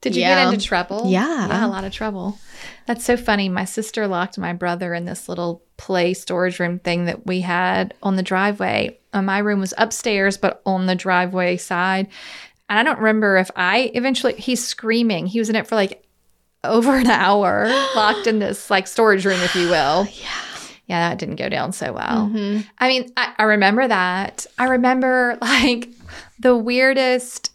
Speaker 3: Did you
Speaker 2: Yeah.
Speaker 3: get into trouble?
Speaker 2: Yeah.
Speaker 3: Yeah, a lot of trouble. That's so funny. My sister locked my brother in this little play storage room thing that we had on the driveway. Uh, my room was upstairs, but on the driveway side. And I don't remember if I eventually, he's screaming. He was in it for like over an hour, locked in this like storage room, if you will. Yeah. Yeah, that didn't go down so well.
Speaker 2: Mm-hmm.
Speaker 3: I mean, I, I remember that. I remember like the weirdest.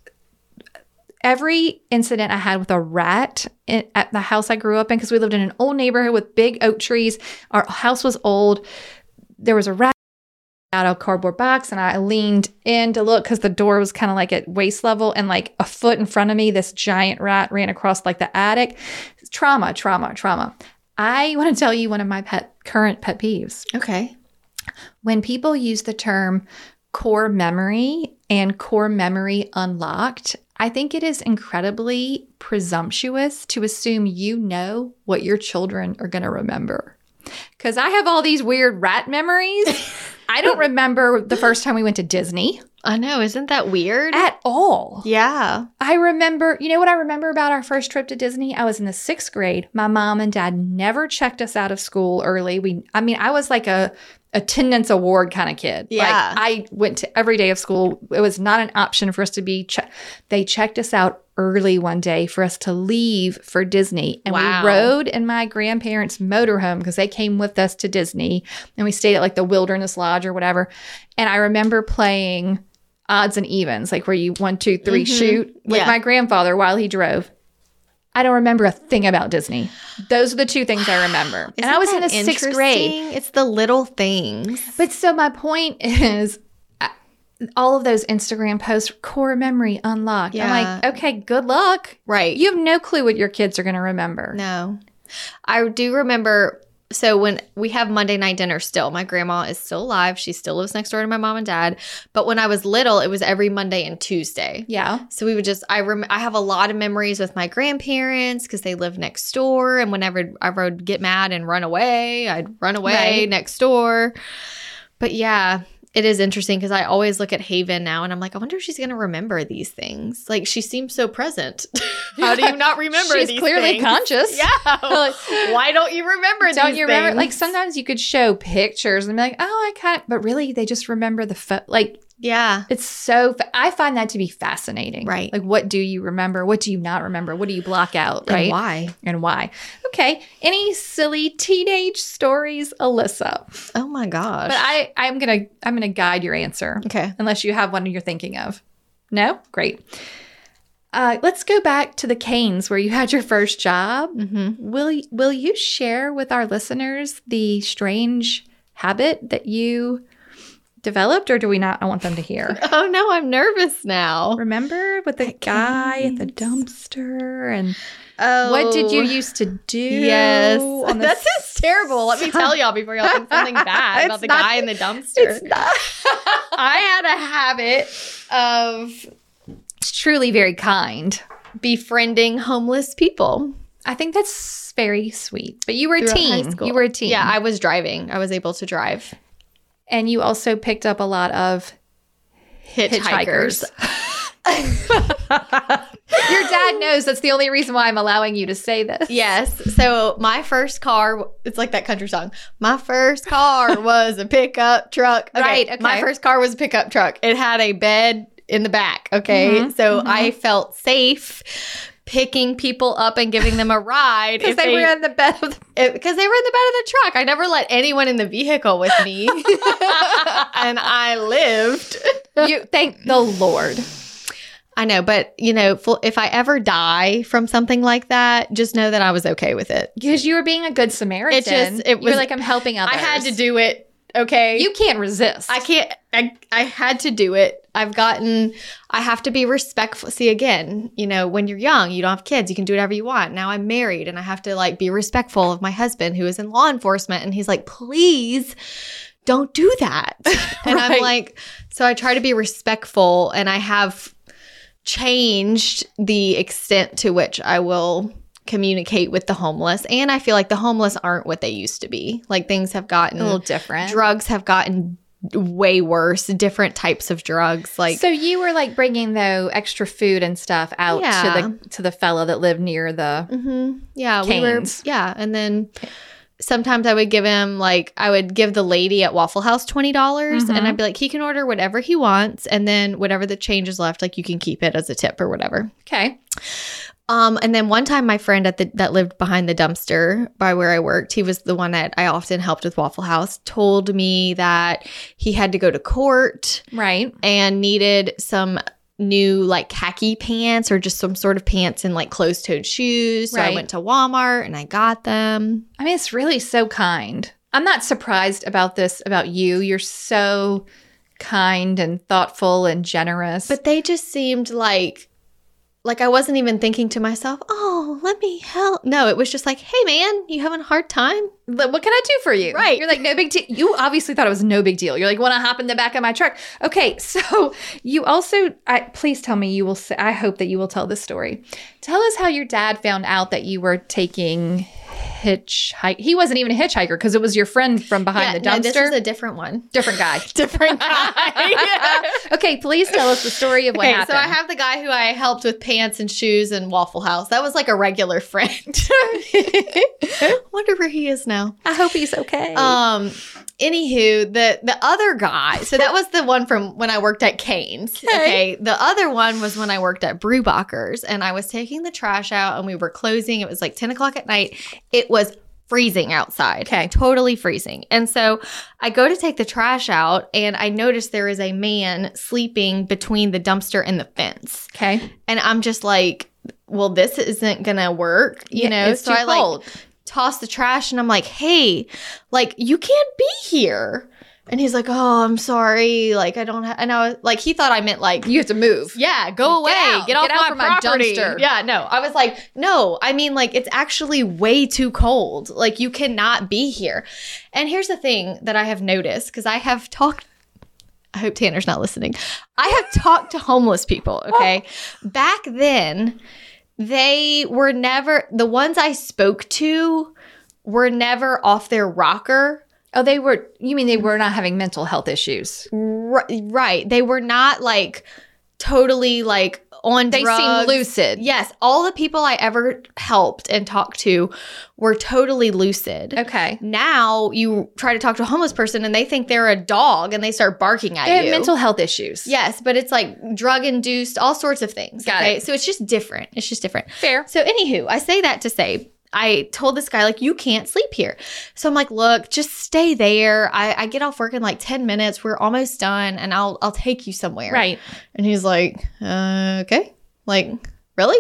Speaker 3: Every incident I had with a rat in, at the house I grew up in, because we lived in an old neighborhood with big oak trees. Our house was old. There was a rat out of a cardboard box, and I leaned in to look because the door was kind of like at waist level, and like a foot in front of me, this giant rat ran across like the attic. Trauma, trauma, trauma. I want to tell you one of my pet current pet peeves
Speaker 2: Okay.
Speaker 3: when people use the term core memory and core memory unlocked, I think it is incredibly presumptuous to assume you know what your children are going to remember. Because I have all these weird rat memories I don't remember the first time we went to Disney
Speaker 2: I know, isn't that weird?
Speaker 3: at all.
Speaker 2: yeah.
Speaker 3: I remember, you know what I remember about our first trip to Disney? I was in the sixth grade. My mom and dad never checked us out of school early. We, I mean, I was like a attendance award kind of kid.
Speaker 2: Yeah.
Speaker 3: Like I went to every day of school. It was not an option for us to be. Che- they checked us out early one day for us to leave for Disney, and
Speaker 2: Wow.
Speaker 3: we rode in my grandparents' motorhome because they came with us to Disney, and we stayed at like the Wilderness Lodge or whatever. And I remember playing odds and evens, like where you one, two, three,
Speaker 2: Mhm.
Speaker 3: shoot with
Speaker 2: Yeah.
Speaker 3: my grandfather while he drove. I don't remember a thing about Disney. Those are the two things I remember. and I
Speaker 2: Isn't
Speaker 3: was in the
Speaker 2: that
Speaker 3: sixth grade.
Speaker 2: interesting? It's the little things.
Speaker 3: But so my point is I- all of those Instagram posts, core memory unlocked. I'm
Speaker 2: Yeah.
Speaker 3: like, okay, good luck.
Speaker 2: Right.
Speaker 3: You have no clue what your kids are going to remember.
Speaker 2: No. I do remember. So when we have Monday night dinner still, my grandma is still alive. She still lives next door to my mom and dad. But when I was little, it was every Monday and Tuesday.
Speaker 3: Yeah.
Speaker 2: So we would just I rem- I have a lot of memories with my grandparents because they live next door, and whenever I would get mad and run away, I'd run away
Speaker 3: Right.
Speaker 2: next door. But yeah, it is interesting because I always look at Haven now, and I'm like, I wonder if she's gonna remember these things. Like she seems so present. How do you not remember?
Speaker 3: She's
Speaker 2: these
Speaker 3: clearly
Speaker 2: things?
Speaker 3: conscious.
Speaker 2: Yeah.
Speaker 3: Like,
Speaker 2: Why don't you remember?
Speaker 3: Don't
Speaker 2: these
Speaker 3: you remember? Like
Speaker 2: things?
Speaker 3: sometimes you could show pictures and be like, oh, I kind of, but really they just remember the, fo- like
Speaker 2: Yeah.
Speaker 3: It's so, fa- I find that to be fascinating.
Speaker 2: Right.
Speaker 3: Like, what do you remember? What do you not remember? What do you block out? Right.
Speaker 2: Right. why?
Speaker 3: And why? Okay. Any silly teenage stories, Alyssa?
Speaker 2: Oh my gosh.
Speaker 3: But I, I'm going to, I'm going to guide your answer
Speaker 2: okay.
Speaker 3: unless you have one you're thinking of. No? Great. Uh, let's go back to the Canes where you had your first job.
Speaker 2: Mm-hmm.
Speaker 3: Will, y- will you share with our listeners the strange habit that you developed or do we not? I want them to hear.
Speaker 2: Oh no, I'm nervous now.
Speaker 3: Remember with the guy at the dumpster and
Speaker 2: Oh,
Speaker 3: what did you used to do?
Speaker 2: Yes,
Speaker 3: on the
Speaker 2: that sounds terrible. Let me tell y'all before y'all think something bad about
Speaker 3: It's
Speaker 2: the
Speaker 3: not-
Speaker 2: guy in the dumpster.
Speaker 3: It's, not,
Speaker 2: I had a habit of
Speaker 3: it's truly very kind.
Speaker 2: befriending homeless people.
Speaker 3: I think that's very sweet. But you were a
Speaker 2: throughout high
Speaker 3: teen.
Speaker 2: school.
Speaker 3: You were a teen.
Speaker 2: Yeah, I was driving. I was able to drive
Speaker 3: and you also picked up a lot of
Speaker 2: hitchhikers.
Speaker 3: hitchhikers. Your dad knows that's the only reason why I'm allowing you to say this.
Speaker 2: Yes. So my first car, it's like that country song. My first car was a pickup truck.
Speaker 3: Right, okay.
Speaker 2: My first car was a pickup truck. It had a bed in the back. Okay.
Speaker 3: Mhm,
Speaker 2: So I felt safe picking people up and giving them a ride
Speaker 3: Because they, were in the bed of the
Speaker 2: because they were in the bed of the truck. I never let anyone in the vehicle with me, and I lived.
Speaker 3: You thank the Lord.
Speaker 2: I know, but you know, fl- if I ever die from something like that, just know that I was okay with it.
Speaker 3: Because you were being a good Samaritan.
Speaker 2: it
Speaker 3: you
Speaker 2: was-
Speaker 3: were like, I'm helping others.
Speaker 2: I had to do it. Okay.
Speaker 3: You can't resist.
Speaker 2: I can't. I I had to do it. I've gotten. I have to be respectful. See, again, you know, when you're young, you don't have kids. You can do whatever you want. Now I'm married, and I have to like be respectful of my husband who is in law enforcement, and he's like, please. Don't do that. And I'm
Speaker 3: Right.
Speaker 2: like, so I try to be respectful and I have changed the extent to which I will communicate with the homeless. And I feel like the homeless aren't what they used to be. Like things have gotten
Speaker 3: a little different.
Speaker 2: drugs have gotten way worse different types of drugs like
Speaker 3: so you were like bringing though extra food and stuff out
Speaker 2: Yeah.
Speaker 3: to the to the fellow that lived near the
Speaker 2: Mhm. yeah
Speaker 3: Canes.
Speaker 2: we were yeah and then sometimes i would give him like i would give the lady at waffle house $20 dollars and
Speaker 3: Mhm.
Speaker 2: i'd be like he can order whatever he wants and then whatever the change is left like you can keep it as a tip or whatever
Speaker 3: okay
Speaker 2: Um, and then one time, my friend at the that lived behind the dumpster by where I worked, he was the one that I often helped with Waffle House, told me that he had to go to court
Speaker 3: right
Speaker 2: and needed some new like khaki pants or just some sort of pants and like closed toed shoes. So I
Speaker 3: Right.
Speaker 2: went to Walmart and I got them.
Speaker 3: i mean it's really so kind i'm not surprised about this about you you're so kind and thoughtful and generous
Speaker 2: But they just seemed like like I wasn't even thinking to myself, "Oh, let me help." No, it was just like, "Hey man, you having a hard time?
Speaker 3: Like, What can I do for you?
Speaker 2: Right.
Speaker 3: You're like, no big deal. You obviously thought it was no big deal. You're like, want to hop in the back of my truck? Okay. So you also, I, please tell me you will say, I hope that you will tell this story. Tell us how your dad found out that you were taking hitchhike. He wasn't even a hitchhiker because it was your friend from
Speaker 2: Yeah,
Speaker 3: behind
Speaker 2: no,
Speaker 3: the
Speaker 2: this
Speaker 3: dumpster.
Speaker 2: is a different one.
Speaker 3: Different guy.
Speaker 2: Different guy.
Speaker 3: okay. Please tell us the story of what
Speaker 2: okay,
Speaker 3: happened.
Speaker 2: so I have the guy who I helped with pants and shoes and Waffle House. That was like a regular friend. Wonder where he is now.
Speaker 3: I hope he's okay.
Speaker 2: Um, anywho, the the other guy. So that was the one from when I worked at Canes. Okay. The other one was when I worked at Brewbacher's, and I was taking the trash out, and we were closing. It was like ten o'clock at night. It was freezing outside.
Speaker 3: Okay.
Speaker 2: Totally freezing. And so I go to take the trash out, and I notice there is a man sleeping between the dumpster and the fence,
Speaker 3: okay.
Speaker 2: and I'm just like. Well, this isn't gonna work, you
Speaker 3: Yeah,
Speaker 2: know.
Speaker 3: it's
Speaker 2: so
Speaker 3: too
Speaker 2: I like
Speaker 3: cold.
Speaker 2: toss the trash and I'm like, hey, like you can't be here. And he's like, oh, I'm sorry. Like I don't. Ha-. And I was like, he thought I meant like,
Speaker 3: you have to move.
Speaker 2: yeah, go away, get,
Speaker 3: out.
Speaker 2: off
Speaker 3: Get out
Speaker 2: my
Speaker 3: from my
Speaker 2: property.
Speaker 3: dumpster.
Speaker 2: Yeah, no. I was like, no. I mean, like it's actually way too cold. Like you cannot be here. And here's the thing that I have noticed because I have talked. I hope Tanner's not listening. I have talked to homeless people. Okay, back then they were never the ones I spoke to were never off their rocker.
Speaker 3: Oh, they were. You mean they were not having mental health issues?
Speaker 2: Ri- Right. They were not like totally like on
Speaker 3: They
Speaker 2: drugs.
Speaker 3: seem lucid.
Speaker 2: Yes, all the people I ever helped and talked to were totally lucid.
Speaker 3: Okay.
Speaker 2: Now you try to talk to a homeless person and they think they're a dog and they start barking at
Speaker 3: They have
Speaker 2: you.
Speaker 3: mental health issues.
Speaker 2: yes, but it's like drug induced, all sorts of things.
Speaker 3: Got
Speaker 2: okay,
Speaker 3: it.
Speaker 2: so it's just different. It's just different.
Speaker 3: Fair.
Speaker 2: So, anywho, I say that to say I told this guy, like, you can't sleep here. So I'm like, look, just stay there. I, I get off work in like 10 minutes. We're almost done and I'll I'll take you somewhere.
Speaker 3: Right.
Speaker 2: And he's like, uh, okay. Like, really?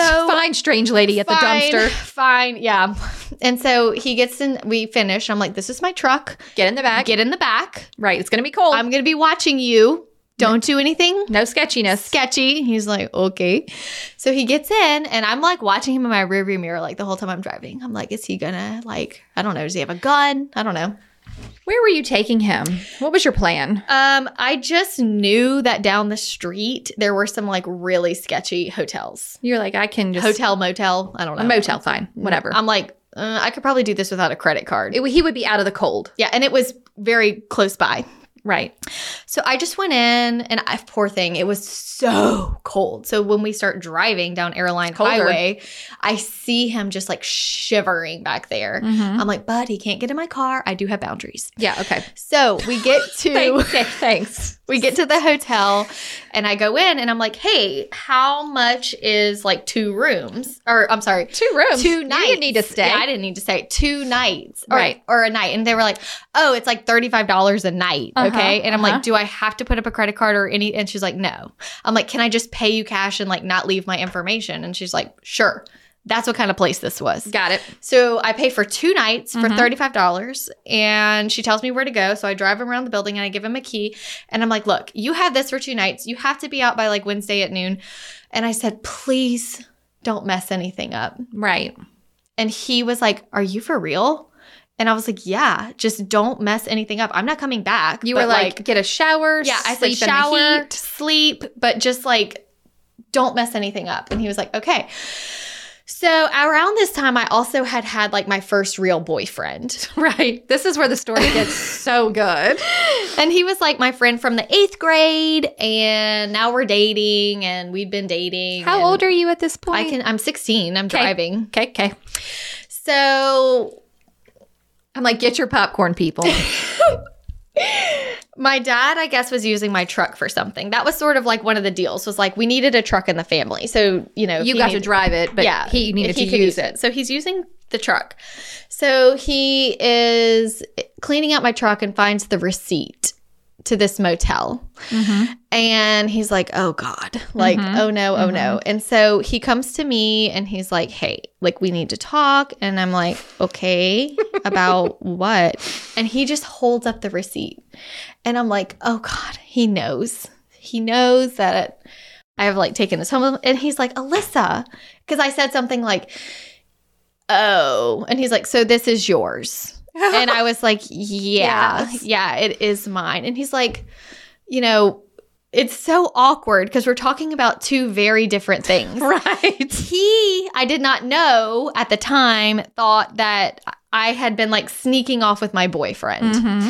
Speaker 3: Fine, strange lady at
Speaker 2: fine,
Speaker 3: the dumpster.
Speaker 2: Fine. Yeah. And so he gets in, we finish. I'm like, this is my truck.
Speaker 3: Get in the back.
Speaker 2: Get in the back.
Speaker 3: right. It's gonna be cold.
Speaker 2: I'm going to be watching you. Don't do anything
Speaker 3: no sketchiness.
Speaker 2: sketchy. He's like, okay. So he gets in, and I'm like watching him in my rearview mirror like the whole time I'm driving. I'm like, is he gonna like? I don't know. Does he have a gun? I don't know.
Speaker 3: Where were you taking him? What was your plan?
Speaker 2: Um, I just knew that down the street there were some like really sketchy hotels,
Speaker 3: You're like, I can just
Speaker 2: hotel, motel. I don't know.
Speaker 3: a motel. Fine, whatever.
Speaker 2: I'm like, uh, I could probably do this without a credit card.
Speaker 3: It- he would be out of the cold.
Speaker 2: yeah, and it was very close by.
Speaker 3: Right.
Speaker 2: So I just went in, and I poor thing, it was so cold. So when we start driving down Airline
Speaker 3: Colder.
Speaker 2: Highway, I see him just like shivering back there.
Speaker 3: Mm-hmm.
Speaker 2: I'm like, bud, he can't get in my car. I do have boundaries.
Speaker 3: Yeah. Okay.
Speaker 2: So we get to
Speaker 3: Thanks. Thanks.
Speaker 2: we get to the hotel, and I go in, and I'm like, hey, how much is like two rooms? Or I'm sorry,
Speaker 3: Two rooms.
Speaker 2: two nights.
Speaker 3: You didn't need to stay.
Speaker 2: Yeah, I didn't need to stay. Two nights. Or,
Speaker 3: Right.
Speaker 2: Or a night. And they were like, oh, it's like $35 a night.
Speaker 3: Uh-huh,
Speaker 2: okay. And I'm
Speaker 3: uh-huh.
Speaker 2: like, do I have to put up a credit card or any? And she's like, no. I'm like, can I just pay you cash and like not leave my information? And she's like, sure. That's what kind of place this was.
Speaker 3: Got it.
Speaker 2: So I pay for two nights for
Speaker 3: Mhm.
Speaker 2: $35 and she tells me where to go. So I drive him around the building and I give him a key and I'm like, look, you have this for two nights. You have to be out by like Wednesday at noon. And I said, please don't mess anything up.
Speaker 3: Right.
Speaker 2: And he was like, Are you for real? And I was like, Yeah, just don't mess anything up. I'm not coming back.
Speaker 3: You
Speaker 2: but,
Speaker 3: were like, get a shower.
Speaker 2: Yeah, I said
Speaker 3: sleep in the
Speaker 2: shower,
Speaker 3: heat.
Speaker 2: sleep, but just like, don't mess anything up. And he was like, Okay. So around this time, I also had had like my first real boyfriend.
Speaker 3: Right. This is where the story gets so good.
Speaker 2: And he was like my friend from the eighth grade. And now we're dating and we've been dating.
Speaker 3: How
Speaker 2: and
Speaker 3: old are you at this point?
Speaker 2: I can, I'm 16. I'm
Speaker 3: 'Kay.
Speaker 2: driving.
Speaker 3: Okay. Okay.
Speaker 2: So
Speaker 3: I'm like, get your popcorn, people.
Speaker 2: my dad i guess was using my truck for something that was sort of like one of the deals was like we needed a truck in the family so you know if
Speaker 3: you
Speaker 2: he
Speaker 3: got to
Speaker 2: needed-
Speaker 3: drive it, but
Speaker 2: yeah
Speaker 3: he needed
Speaker 2: if he
Speaker 3: to
Speaker 2: could
Speaker 3: use it.
Speaker 2: so he's using the truck so he is cleaning out my truck and finds the receipt to this motel
Speaker 3: Mm-hmm.
Speaker 2: and he's like oh god like oh no oh no and so he comes to me and he's like hey like we need to talk and i'm like okay about what and he just holds up the receipt and i'm like oh god he knows he knows that i have like taken this home and he's like alyssa because i said something like oh. And he's like, so this is yours. And I was like, yeah,
Speaker 3: Yes.
Speaker 2: yeah, it is mine. And he's like, you know, it's so awkward because we're talking about two very different things.
Speaker 3: Right.
Speaker 2: He, I did not know at the time, thought that I had been like sneaking off with my boyfriend.
Speaker 3: Mm-hmm.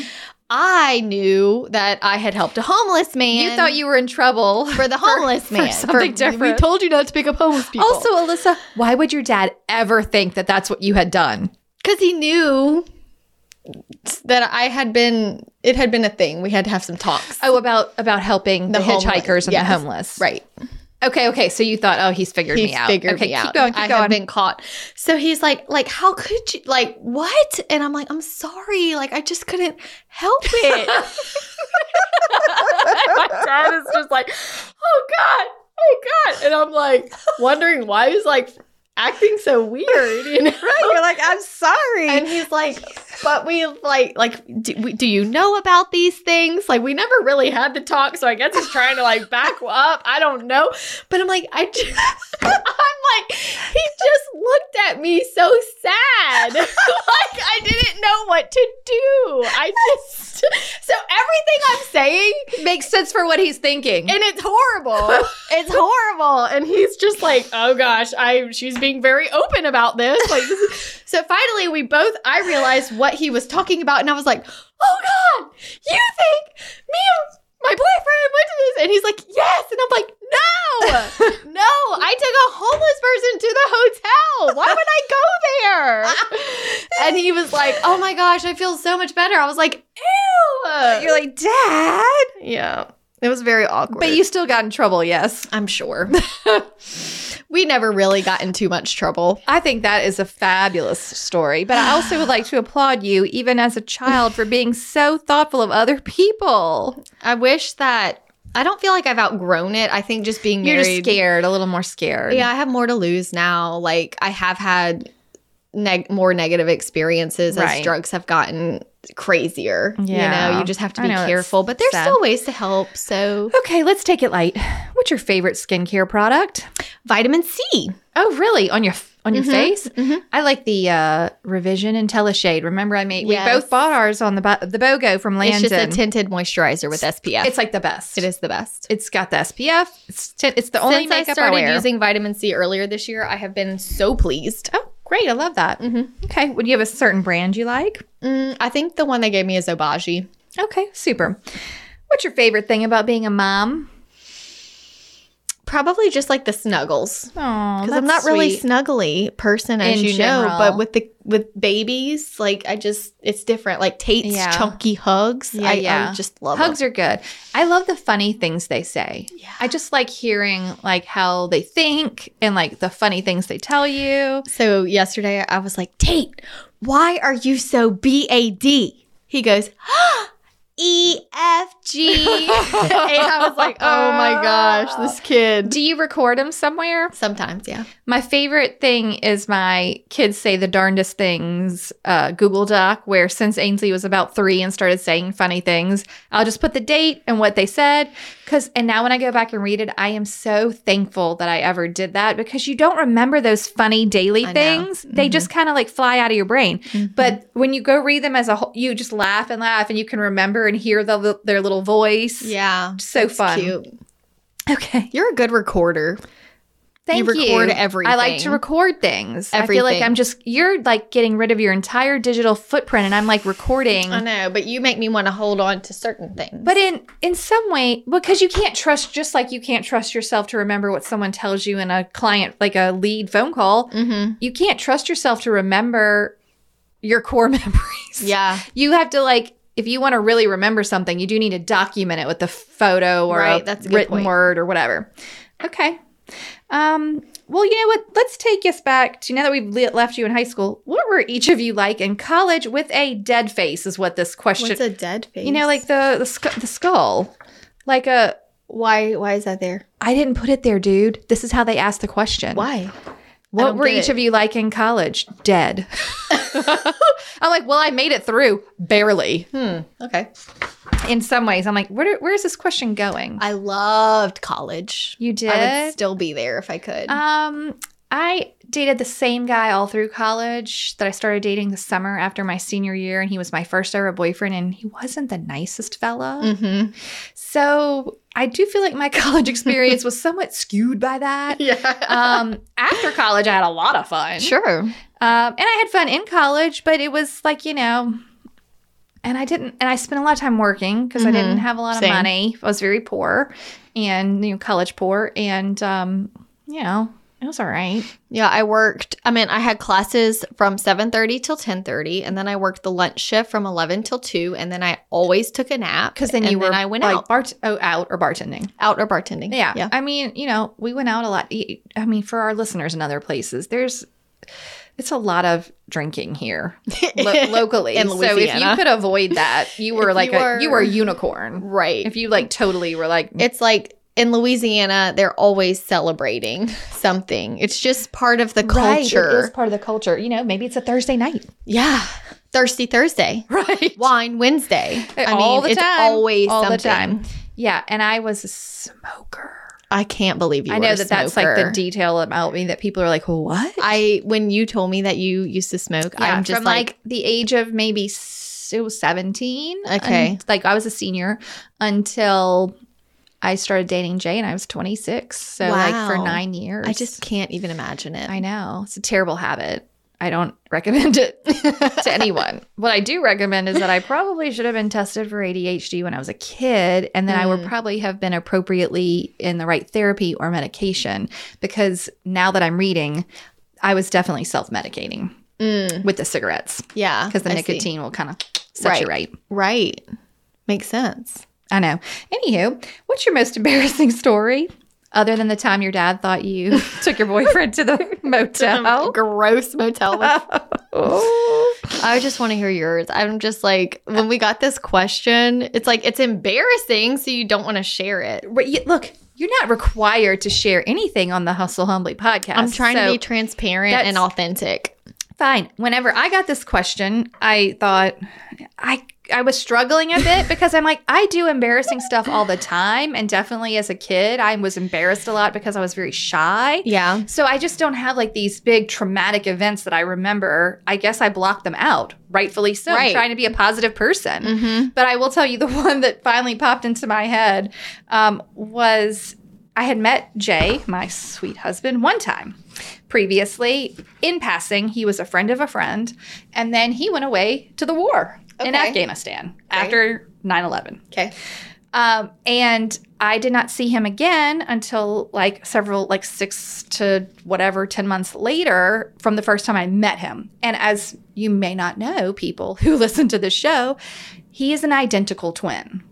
Speaker 2: I knew that I had helped a homeless man.
Speaker 3: You thought you were in trouble.
Speaker 2: for the homeless
Speaker 3: for
Speaker 2: man.
Speaker 3: something
Speaker 2: We
Speaker 3: different.
Speaker 2: told you not to pick up homeless people.
Speaker 3: Also, Alyssa, why would your dad ever think that that's what you had done?
Speaker 2: because he knew that I had been, it had been a thing. We had to have some talks.
Speaker 3: Oh, about about helping the,
Speaker 2: homeless.
Speaker 3: hitchhikers and
Speaker 2: Yes.
Speaker 3: the homeless.
Speaker 2: Right.
Speaker 3: Okay. Okay. So you thought, oh, he's figured
Speaker 2: He
Speaker 3: me out.
Speaker 2: figured
Speaker 3: okay,
Speaker 2: me
Speaker 3: keep
Speaker 2: out.
Speaker 3: going. Keep
Speaker 2: I
Speaker 3: going.
Speaker 2: had been caught. So he's like, like, how could you? Like, what? And I'm like, I'm sorry. Like, I just couldn't help it. My dad is just like, oh god, oh god, and I'm like wondering why he's like acting so weird. You know?
Speaker 3: You're like, I'm sorry.
Speaker 2: And he's like, but we like, like, do, we, do you know about these things? Like, we never really had the talk, so I guess he's trying to like back up. I don't know, but I'm like, I, ju- I'm like, he just looked at me so sad, like I didn't know what to do. I just so everything I'm saying,
Speaker 3: Makes sense for what he's thinking.
Speaker 2: and it's horrible. It's horrible, and he's just like, oh gosh, I she's being very open about this, like. This is- so finally, we both I realized what he was talking about, and I was like, "Oh God, you think me and my boyfriend went to this?" And he's like, "Yes," and I'm like, "No, no, I took a homeless person to the hotel. Why would I go there?" and he was like, "Oh my gosh, I feel so much better." I was like, "Ew,"
Speaker 3: You're like, Dad.
Speaker 2: yeah, it was very awkward.
Speaker 3: But you still got in trouble, yes.
Speaker 2: I'm sure. we never really got in too much trouble.
Speaker 3: I think that is a fabulous story. But I also would like to applaud you, even as a child, for being so thoughtful of other people.
Speaker 2: I wish that I don't feel like I've outgrown it. I think just being
Speaker 3: You're
Speaker 2: married.
Speaker 3: just scared, a little more scared.
Speaker 2: Yeah, I have more to lose now. Like I have had neg- more negative experiences
Speaker 3: Right.
Speaker 2: as drugs have gotten crazier. You
Speaker 3: Yeah.
Speaker 2: know, you just have to
Speaker 3: I
Speaker 2: be
Speaker 3: know, it's
Speaker 2: careful. But there's
Speaker 3: sad.
Speaker 2: still ways to help. So
Speaker 3: Okay, let's take it light. What's your favorite skincare product? Mm-hmm,
Speaker 2: vitamin C.
Speaker 3: Oh, really? On your f- on your
Speaker 2: Mhm,
Speaker 3: face?
Speaker 2: mhm.
Speaker 3: I like the uh, Revision IntelliShade. Remember, I made
Speaker 2: Yes.
Speaker 3: we both bought ours on the bo- the BOGO from Landon.
Speaker 2: It's just a tinted moisturizer with SPF.
Speaker 3: It's like the best.
Speaker 2: it is the best.
Speaker 3: It's got the SPF. It's tin it's the only
Speaker 2: Since I
Speaker 3: makeup
Speaker 2: started
Speaker 3: wear.
Speaker 2: using vitamin C earlier this year, I have been so pleased.
Speaker 3: Oh, great! I love that.
Speaker 2: Mhm.
Speaker 3: Okay, would you have a certain brand you like?
Speaker 2: Mm, I think the one they gave me is Obagi.
Speaker 3: Okay, super. What's your favorite thing about being a mom?
Speaker 2: Probably just like the snuggles.
Speaker 3: Oh,
Speaker 2: Because I'm not really snuggly person, as
Speaker 3: In
Speaker 2: you know,
Speaker 3: general.
Speaker 2: but with the with babies, like I just it's different. Like Tate's
Speaker 3: Yeah.
Speaker 2: chunky hugs,
Speaker 3: Yeah,
Speaker 2: I,
Speaker 3: yeah.
Speaker 2: I just love
Speaker 3: Hugs
Speaker 2: hugs.
Speaker 3: are good. I love the funny things they say.
Speaker 2: Yeah.
Speaker 3: I just like hearing like how they think and like the funny things they tell you.
Speaker 2: So yesterday I was like, Tate, why are you so bad? He goes, E F G, and I was like, oh my gosh, this kid.
Speaker 3: Do you record them somewhere?
Speaker 2: Sometimes, yeah.
Speaker 3: My favorite thing is my kids say the darndest things uh, Google Doc, where since Ainsley was about three and started saying funny things, I'll just put the date and what they said. Cause and now when I go back and read it, I am so thankful that I ever did that because you don't remember those funny daily
Speaker 2: I know. Mm-hmm.
Speaker 3: things. They just kind of like fly out of your brain. But when you go read them as a whole, you just laugh and laugh, and you can remember and hear the, their little voice.
Speaker 2: Yeah.
Speaker 3: so fun.
Speaker 2: Cute.
Speaker 3: Okay,
Speaker 2: You're a good recorder.
Speaker 3: Thank you.
Speaker 2: record
Speaker 3: I like to
Speaker 2: everything.
Speaker 3: record things. I feel like
Speaker 2: Everything.
Speaker 3: I'm just you're like getting rid of your entire digital footprint and I'm like recording.
Speaker 2: I know, but you make me want to hold on to certain things.
Speaker 3: But in in some way because you can't trust just like you can't trust yourself to remember what someone tells you in a client like a lead phone call,
Speaker 2: mm-hmm.
Speaker 3: you can't trust yourself to remember your core memories.
Speaker 2: yeah,
Speaker 3: You have to like if you want to really remember something, you do need to document it with a photo or
Speaker 2: Right,
Speaker 3: a
Speaker 2: that's a good
Speaker 3: written
Speaker 2: point.
Speaker 3: word or whatever. Okay. Um, well, you know what? Let's take us back to now that we've le- left you in high school. What were each of you like in college with a dead face? Is what this question.
Speaker 2: what's a dead face?
Speaker 3: you know, like the the, sc- the skull, like a.
Speaker 2: why? Why is that there?
Speaker 3: I didn't put it there, dude. This is how they asked the question.
Speaker 2: Why? I
Speaker 3: What
Speaker 2: don't
Speaker 3: were
Speaker 2: get
Speaker 3: each
Speaker 2: it.
Speaker 3: of you like in college? Dead. I'm like, well, I made it through barely.
Speaker 2: Hmm. Okay.
Speaker 3: in some ways, I'm like, where, where is this question going?
Speaker 2: I loved college.
Speaker 3: you did.
Speaker 2: Uh, I would still be there if I could.
Speaker 3: um, I dated the same guy all through college that I started dating the summer after my senior year, and he was my first ever boyfriend, and he wasn't the nicest fella.
Speaker 2: Mm-hmm.
Speaker 3: So I do feel like my college experience was somewhat skewed by that.
Speaker 2: Yeah.
Speaker 3: Um, after college, I had a lot of fun.
Speaker 2: Uh, sure.
Speaker 3: Um, and I had fun in college, but it was like, you know, and I didn't, and I spent a lot of time working because I didn't
Speaker 2: Mhm.
Speaker 3: have a lot
Speaker 2: Same.
Speaker 3: of money. I was very poor and, you know, college poor. And, um, you know, it was all right.
Speaker 2: Yeah, I worked. I mean, I had classes from 7:30 till 10:30 and then I worked the lunch shift from 11 till 2 and then I always took a nap
Speaker 3: Because then you
Speaker 2: and
Speaker 3: were
Speaker 2: I went
Speaker 3: like
Speaker 2: out
Speaker 3: Bart- oh, out or bartending.
Speaker 2: out or bartending.
Speaker 3: Yeah.
Speaker 2: Yeah.
Speaker 3: I mean, you know, we went out a lot. Y- I mean, for our listeners in other places, there's it's a lot of drinking here lo- locally.
Speaker 2: In
Speaker 3: so if you
Speaker 2: Louisiana.
Speaker 3: could avoid that, you were
Speaker 2: If
Speaker 3: like
Speaker 2: you
Speaker 3: a,
Speaker 2: were-
Speaker 3: you were a unicorn.
Speaker 2: Right.
Speaker 3: If you like totally were like
Speaker 2: it's like in Louisiana, they're always celebrating something. It's just part of the culture.
Speaker 3: it is part of the culture. You know, maybe it's a Thursday night.
Speaker 2: yeah. Thirsty Thursday.
Speaker 3: Right.
Speaker 2: Wine Wednesday. I
Speaker 3: All the
Speaker 2: it's
Speaker 3: time.
Speaker 2: always
Speaker 3: All
Speaker 2: something.
Speaker 3: the time. Yeah, and I was a smoker.
Speaker 2: I can't believe you
Speaker 3: I
Speaker 2: were
Speaker 3: know
Speaker 2: a
Speaker 3: that that's like the
Speaker 2: smoker.
Speaker 3: detail about me that people are like, "What?"
Speaker 2: I when you told me that you used to smoke,
Speaker 3: Yeah,
Speaker 2: I'm just
Speaker 3: from
Speaker 2: like,
Speaker 3: like, the age of maybe s- it was 17.
Speaker 2: Okay.
Speaker 3: un- like I was a senior until I started dating Jay and I was 26. So like for
Speaker 2: Wow.
Speaker 3: 9 years.
Speaker 2: I just can't even imagine it.
Speaker 3: I know. It's a terrible habit. I don't recommend it to anyone. What I do recommend is that I probably should have been tested for ADHD when I was a kid, and then I would
Speaker 2: Mm.
Speaker 3: probably have been appropriately in the right therapy or medication because now that I'm reading, I was definitely self medicating
Speaker 2: Mm,
Speaker 3: with the cigarettes
Speaker 2: yeah,
Speaker 3: because the
Speaker 2: I see.
Speaker 3: nicotine will kind of set you right.
Speaker 2: right, makes sense.
Speaker 3: I know. Anywho, what's your most embarrassing story other than the time your dad thought you took your boyfriend to the motel?
Speaker 2: Gross motel. I just want to hear yours. I'm just like when we got this question, it's like it's embarrassing, so you don't want to share it.
Speaker 3: But you, look, you're not required to share anything on the Hustle Humbly podcast.
Speaker 2: I'm trying to
Speaker 3: so
Speaker 2: be transparent
Speaker 3: that's-
Speaker 2: and authentic.
Speaker 3: fine. Whenever I got this question, I thought I I was struggling a bit because I'm like I do embarrassing stuff all the time, and definitely as a kid, I was embarrassed a lot because I was very shy.
Speaker 2: Yeah,
Speaker 3: So I just don't have like these big traumatic events that I remember. I guess I blocked them out, rightfully so. I'm
Speaker 2: Right.
Speaker 3: trying to be a positive person.
Speaker 2: mm-hmm.
Speaker 3: But I will tell you the one that finally popped into my head um, was I had met Jay, my sweet husband, one time previously in passing. He was a friend of a friend. And then he went away to the war in
Speaker 2: Okay.
Speaker 3: Afghanistan after 9 11.
Speaker 2: okay,
Speaker 3: Um, and I did not see him again until like several, like six to whatever, 10 months later from the first time I met him. And as you may not know, people who listen to the show, he is an identical twin.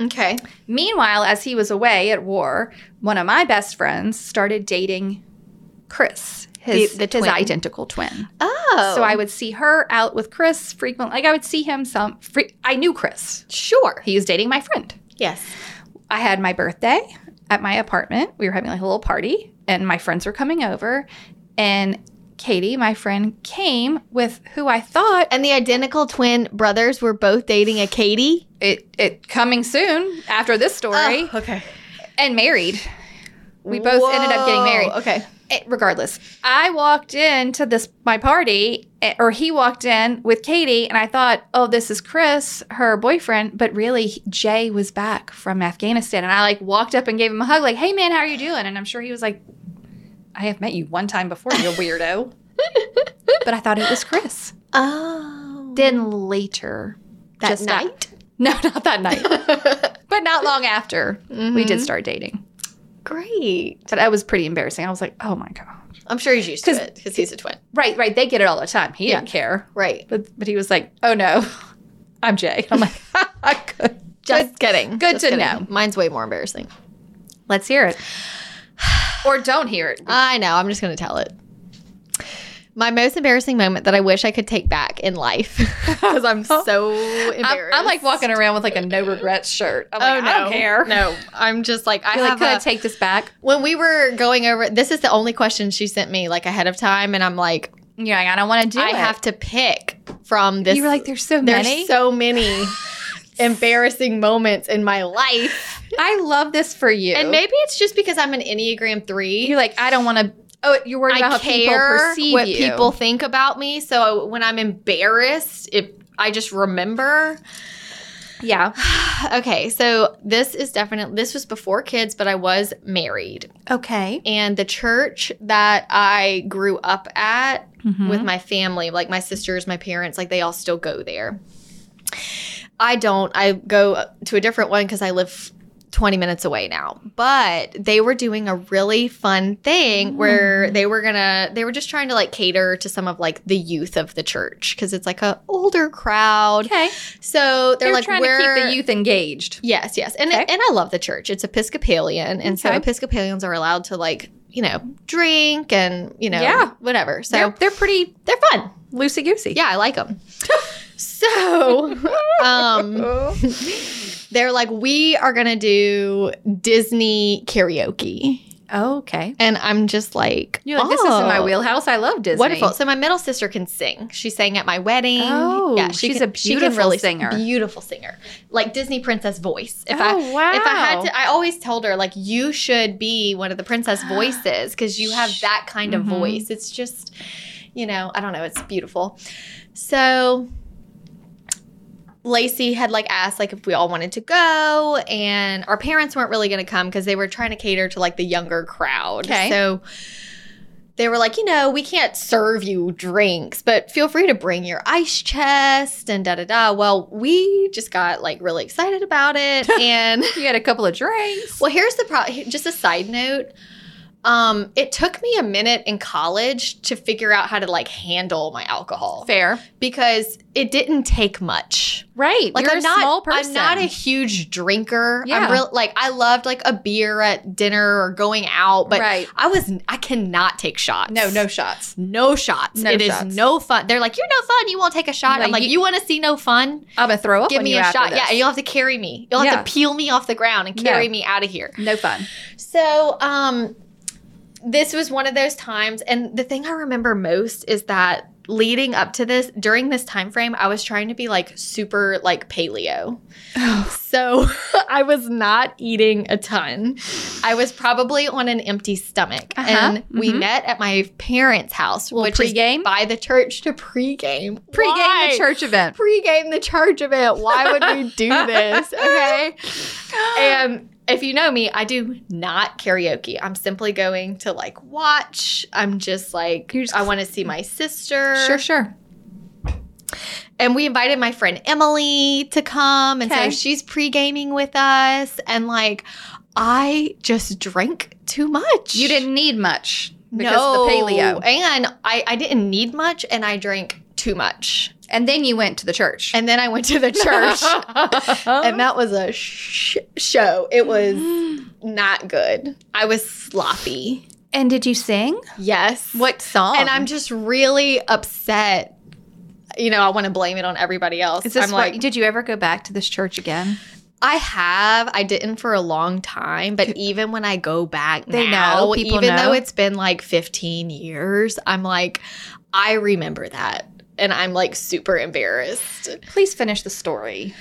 Speaker 2: okay,
Speaker 3: Meanwhile, as he was away at war, one of my best friends started dating Chris, his,
Speaker 2: The- the
Speaker 3: his
Speaker 2: twin.
Speaker 3: identical twin.
Speaker 2: oh,
Speaker 3: So I would see her out with Chris frequently. Like I would see him some, fre- I knew Chris.
Speaker 2: sure,
Speaker 3: He was dating my friend.
Speaker 2: yes,
Speaker 3: I had my birthday at my apartment. We were having like a little party, and my friends were coming over. And Katie, my friend, came with who I thought
Speaker 2: and the identical twin brothers were both dating a Katie.
Speaker 3: it it coming soon after this story
Speaker 2: Ah, okay,
Speaker 3: and married. We both ended up getting married.
Speaker 2: Okay,
Speaker 3: It- Eh, regardless, I walked into this my party, eh, or he walked in with Katie, and I thought, "Oh, this is Chris, her boyfriend." But really, Jay was back from Afghanistan, and I like walked up and gave him a hug, like, "Hey, man, how are you doing?" And I'm sure he was like, "I have met you one time before, you weirdo." but I thought it was Chris.
Speaker 2: oh,
Speaker 3: Then later,
Speaker 2: that
Speaker 3: just not-
Speaker 2: night.
Speaker 3: no, not that night, but not long after we did start dating.
Speaker 2: Great.
Speaker 3: But that was pretty embarrassing. I was like, "Oh my god."
Speaker 2: I'm sure he's used to
Speaker 3: 'Cause-
Speaker 2: it because he's a twin.
Speaker 3: Right, right. They get it all the time. He
Speaker 2: Yeah.
Speaker 3: didn't care.
Speaker 2: Right.
Speaker 3: But but he was like, "Oh no, I'm Jay." I'm like, I could.
Speaker 2: Just kidding.
Speaker 3: good
Speaker 2: Just
Speaker 3: to
Speaker 2: kidding.
Speaker 3: know.
Speaker 2: Mine's way more embarrassing.
Speaker 3: "Let's hear it," or "Don't hear it."
Speaker 2: I know. I'm just going to tell it. My most embarrassing moment that I wish I could take back in life because I'm so embarrassed.
Speaker 3: Oh, I'm, I'm like walking around with like a no regrets shirt. I'm
Speaker 2: Oh
Speaker 3: like,
Speaker 2: no!
Speaker 3: I don't care.
Speaker 2: No, I'm just like I
Speaker 3: You're like,
Speaker 2: have
Speaker 3: could I
Speaker 2: a-
Speaker 3: take this back?
Speaker 2: when we were going over. This is the only question she sent me like ahead of time, and I'm like,
Speaker 3: You're like, I don't want to do
Speaker 2: I
Speaker 3: it.
Speaker 2: have to pick from this.
Speaker 3: you were like, there's so
Speaker 2: there's
Speaker 3: many.
Speaker 2: so many embarrassing moments in my life.
Speaker 3: I love this for you.
Speaker 2: And maybe it's just because I'm an Enneagram 3.
Speaker 3: you're like, I don't want to. Oh, you're worried
Speaker 2: I
Speaker 3: about how people
Speaker 2: care
Speaker 3: perceive
Speaker 2: what
Speaker 3: you.
Speaker 2: people think about me. So when I'm embarrassed, it, I just remember.
Speaker 3: Yeah.
Speaker 2: okay, so this is definitely this was before kids, but I was married,
Speaker 3: Okay.
Speaker 2: and the church that I grew up at
Speaker 3: With
Speaker 2: with my family, like my sisters, my parents, like they all still go there. I don't. I go to a different one because I live 20 minutes away now. But they were doing a really fun
Speaker 3: Mm.
Speaker 2: thing where they were gonna, they were just trying to like cater to some of like the youth of the church because it's like a older crowd.
Speaker 3: okay.
Speaker 2: So they're,
Speaker 3: They're
Speaker 2: like,
Speaker 3: trying
Speaker 2: we're,
Speaker 3: to keep the youth engaged.
Speaker 2: Yes, yes. And
Speaker 3: Okay.
Speaker 2: and I love the church. It's Episcopalian. And so
Speaker 3: Okay.
Speaker 2: Episcopalians are allowed to like, you know, drink and, you know,
Speaker 3: Yeah.
Speaker 2: whatever. So
Speaker 3: they're, they're pretty
Speaker 2: they're fun.
Speaker 3: loosey goosey.
Speaker 2: Yeah, I like them. so, um,
Speaker 3: Oh.
Speaker 2: they're like, we are gonna do Disney karaoke,
Speaker 3: Okay.
Speaker 2: and I'm just like,
Speaker 3: You're like, this is in my
Speaker 2: "Oh,
Speaker 3: wheelhouse. I love Disney.
Speaker 2: Wonderful. So my middle sister can sing. She sang at my wedding.
Speaker 3: Oh, she's a beautiful singer.
Speaker 2: Beautiful singer, like Disney princess voice. If
Speaker 3: oh,
Speaker 2: I
Speaker 3: wow.
Speaker 2: if I had to, I always told her like you should be one of the princess voices because you have that kind of
Speaker 3: Mhm.
Speaker 2: voice. It's just, you know, I don't know. It's beautiful. So. Lacey had like asked like if we all wanted to go and our parents weren't really going to come because they were trying to cater to like the younger crowd.
Speaker 3: Okay.
Speaker 2: So they were like, you know, we can't serve you drinks, but feel free to bring your ice chest and da da da. Well, we just got like really excited about it. And
Speaker 3: you had a couple of drinks.
Speaker 2: well, here's the problem just a side note. Um, it took me a minute in college to figure out how to like handle my alcohol
Speaker 3: Fair.
Speaker 2: because it didn't take much.
Speaker 3: Right.
Speaker 2: Like
Speaker 3: You're
Speaker 2: I'm not,
Speaker 3: a small person.
Speaker 2: I'm not a huge drinker.
Speaker 3: Yeah.
Speaker 2: I'm real like I loved like a beer at dinner or going out, but
Speaker 3: right.
Speaker 2: I was I cannot take shots.
Speaker 3: No, no shots.
Speaker 2: no shots.
Speaker 3: No
Speaker 2: It is
Speaker 3: shots.
Speaker 2: no fun. They're like, you're no fun. You won't take a shot.
Speaker 3: Like,
Speaker 2: I'm like,
Speaker 3: you-
Speaker 2: you, want to see no fun?
Speaker 3: I'm gonna throw up.
Speaker 2: Give
Speaker 3: on
Speaker 2: me
Speaker 3: you
Speaker 2: a
Speaker 3: after
Speaker 2: shot.
Speaker 3: this.
Speaker 2: Yeah, and you'll have to carry me. You'll
Speaker 3: Yeah.
Speaker 2: have to peel me off the ground and
Speaker 3: No.
Speaker 2: carry me out of here.
Speaker 3: no fun.
Speaker 2: So, um, this was one of those times, and the thing I remember most is that leading up to this, during this time frame, I was trying to be like super like paleo.
Speaker 3: Oh.
Speaker 2: So I was not eating a ton. I was probably on an empty stomach.
Speaker 3: Uh-huh.
Speaker 2: And we
Speaker 3: Mhm.
Speaker 2: met at my parents' house,
Speaker 3: Little
Speaker 2: which
Speaker 3: pregame?
Speaker 2: is by the church to pregame.
Speaker 3: Pre-game
Speaker 2: Why?
Speaker 3: the church event.
Speaker 2: Pre-game the church event. Why would we do this? Okay. And if you know me, I do not karaoke. I'm simply going to like watch. I'm just like,
Speaker 3: You're just-
Speaker 2: I want to see my sister.
Speaker 3: Sure, sure.
Speaker 2: And we invited my friend Emily to come. And
Speaker 3: Okay.
Speaker 2: so she's pre gaming with us. And like, I just drank too much.
Speaker 3: You didn't need much because
Speaker 2: no.
Speaker 3: of the paleo.
Speaker 2: And I, I didn't need much and I drank too much.
Speaker 3: And then you went to the church.
Speaker 2: And then I went to the church.
Speaker 3: um,
Speaker 2: and
Speaker 3: Uh-huh.
Speaker 2: that was a sh- show. It was not good. I was sloppy.
Speaker 3: And did you sing?
Speaker 2: Yes.
Speaker 3: What um, song?
Speaker 2: And I'm just really upset. You know, I want to blame it on everybody else.
Speaker 3: Is this
Speaker 2: I'm
Speaker 3: what-
Speaker 2: like,
Speaker 3: did you ever go back to this church again?
Speaker 2: I have. I didn't for a long time, but even when I go back
Speaker 3: They
Speaker 2: now,
Speaker 3: know, people
Speaker 2: even
Speaker 3: know.
Speaker 2: though it's been like 15 years, I'm like, I remember that. And I'm like super embarrassed.
Speaker 3: Please finish the story.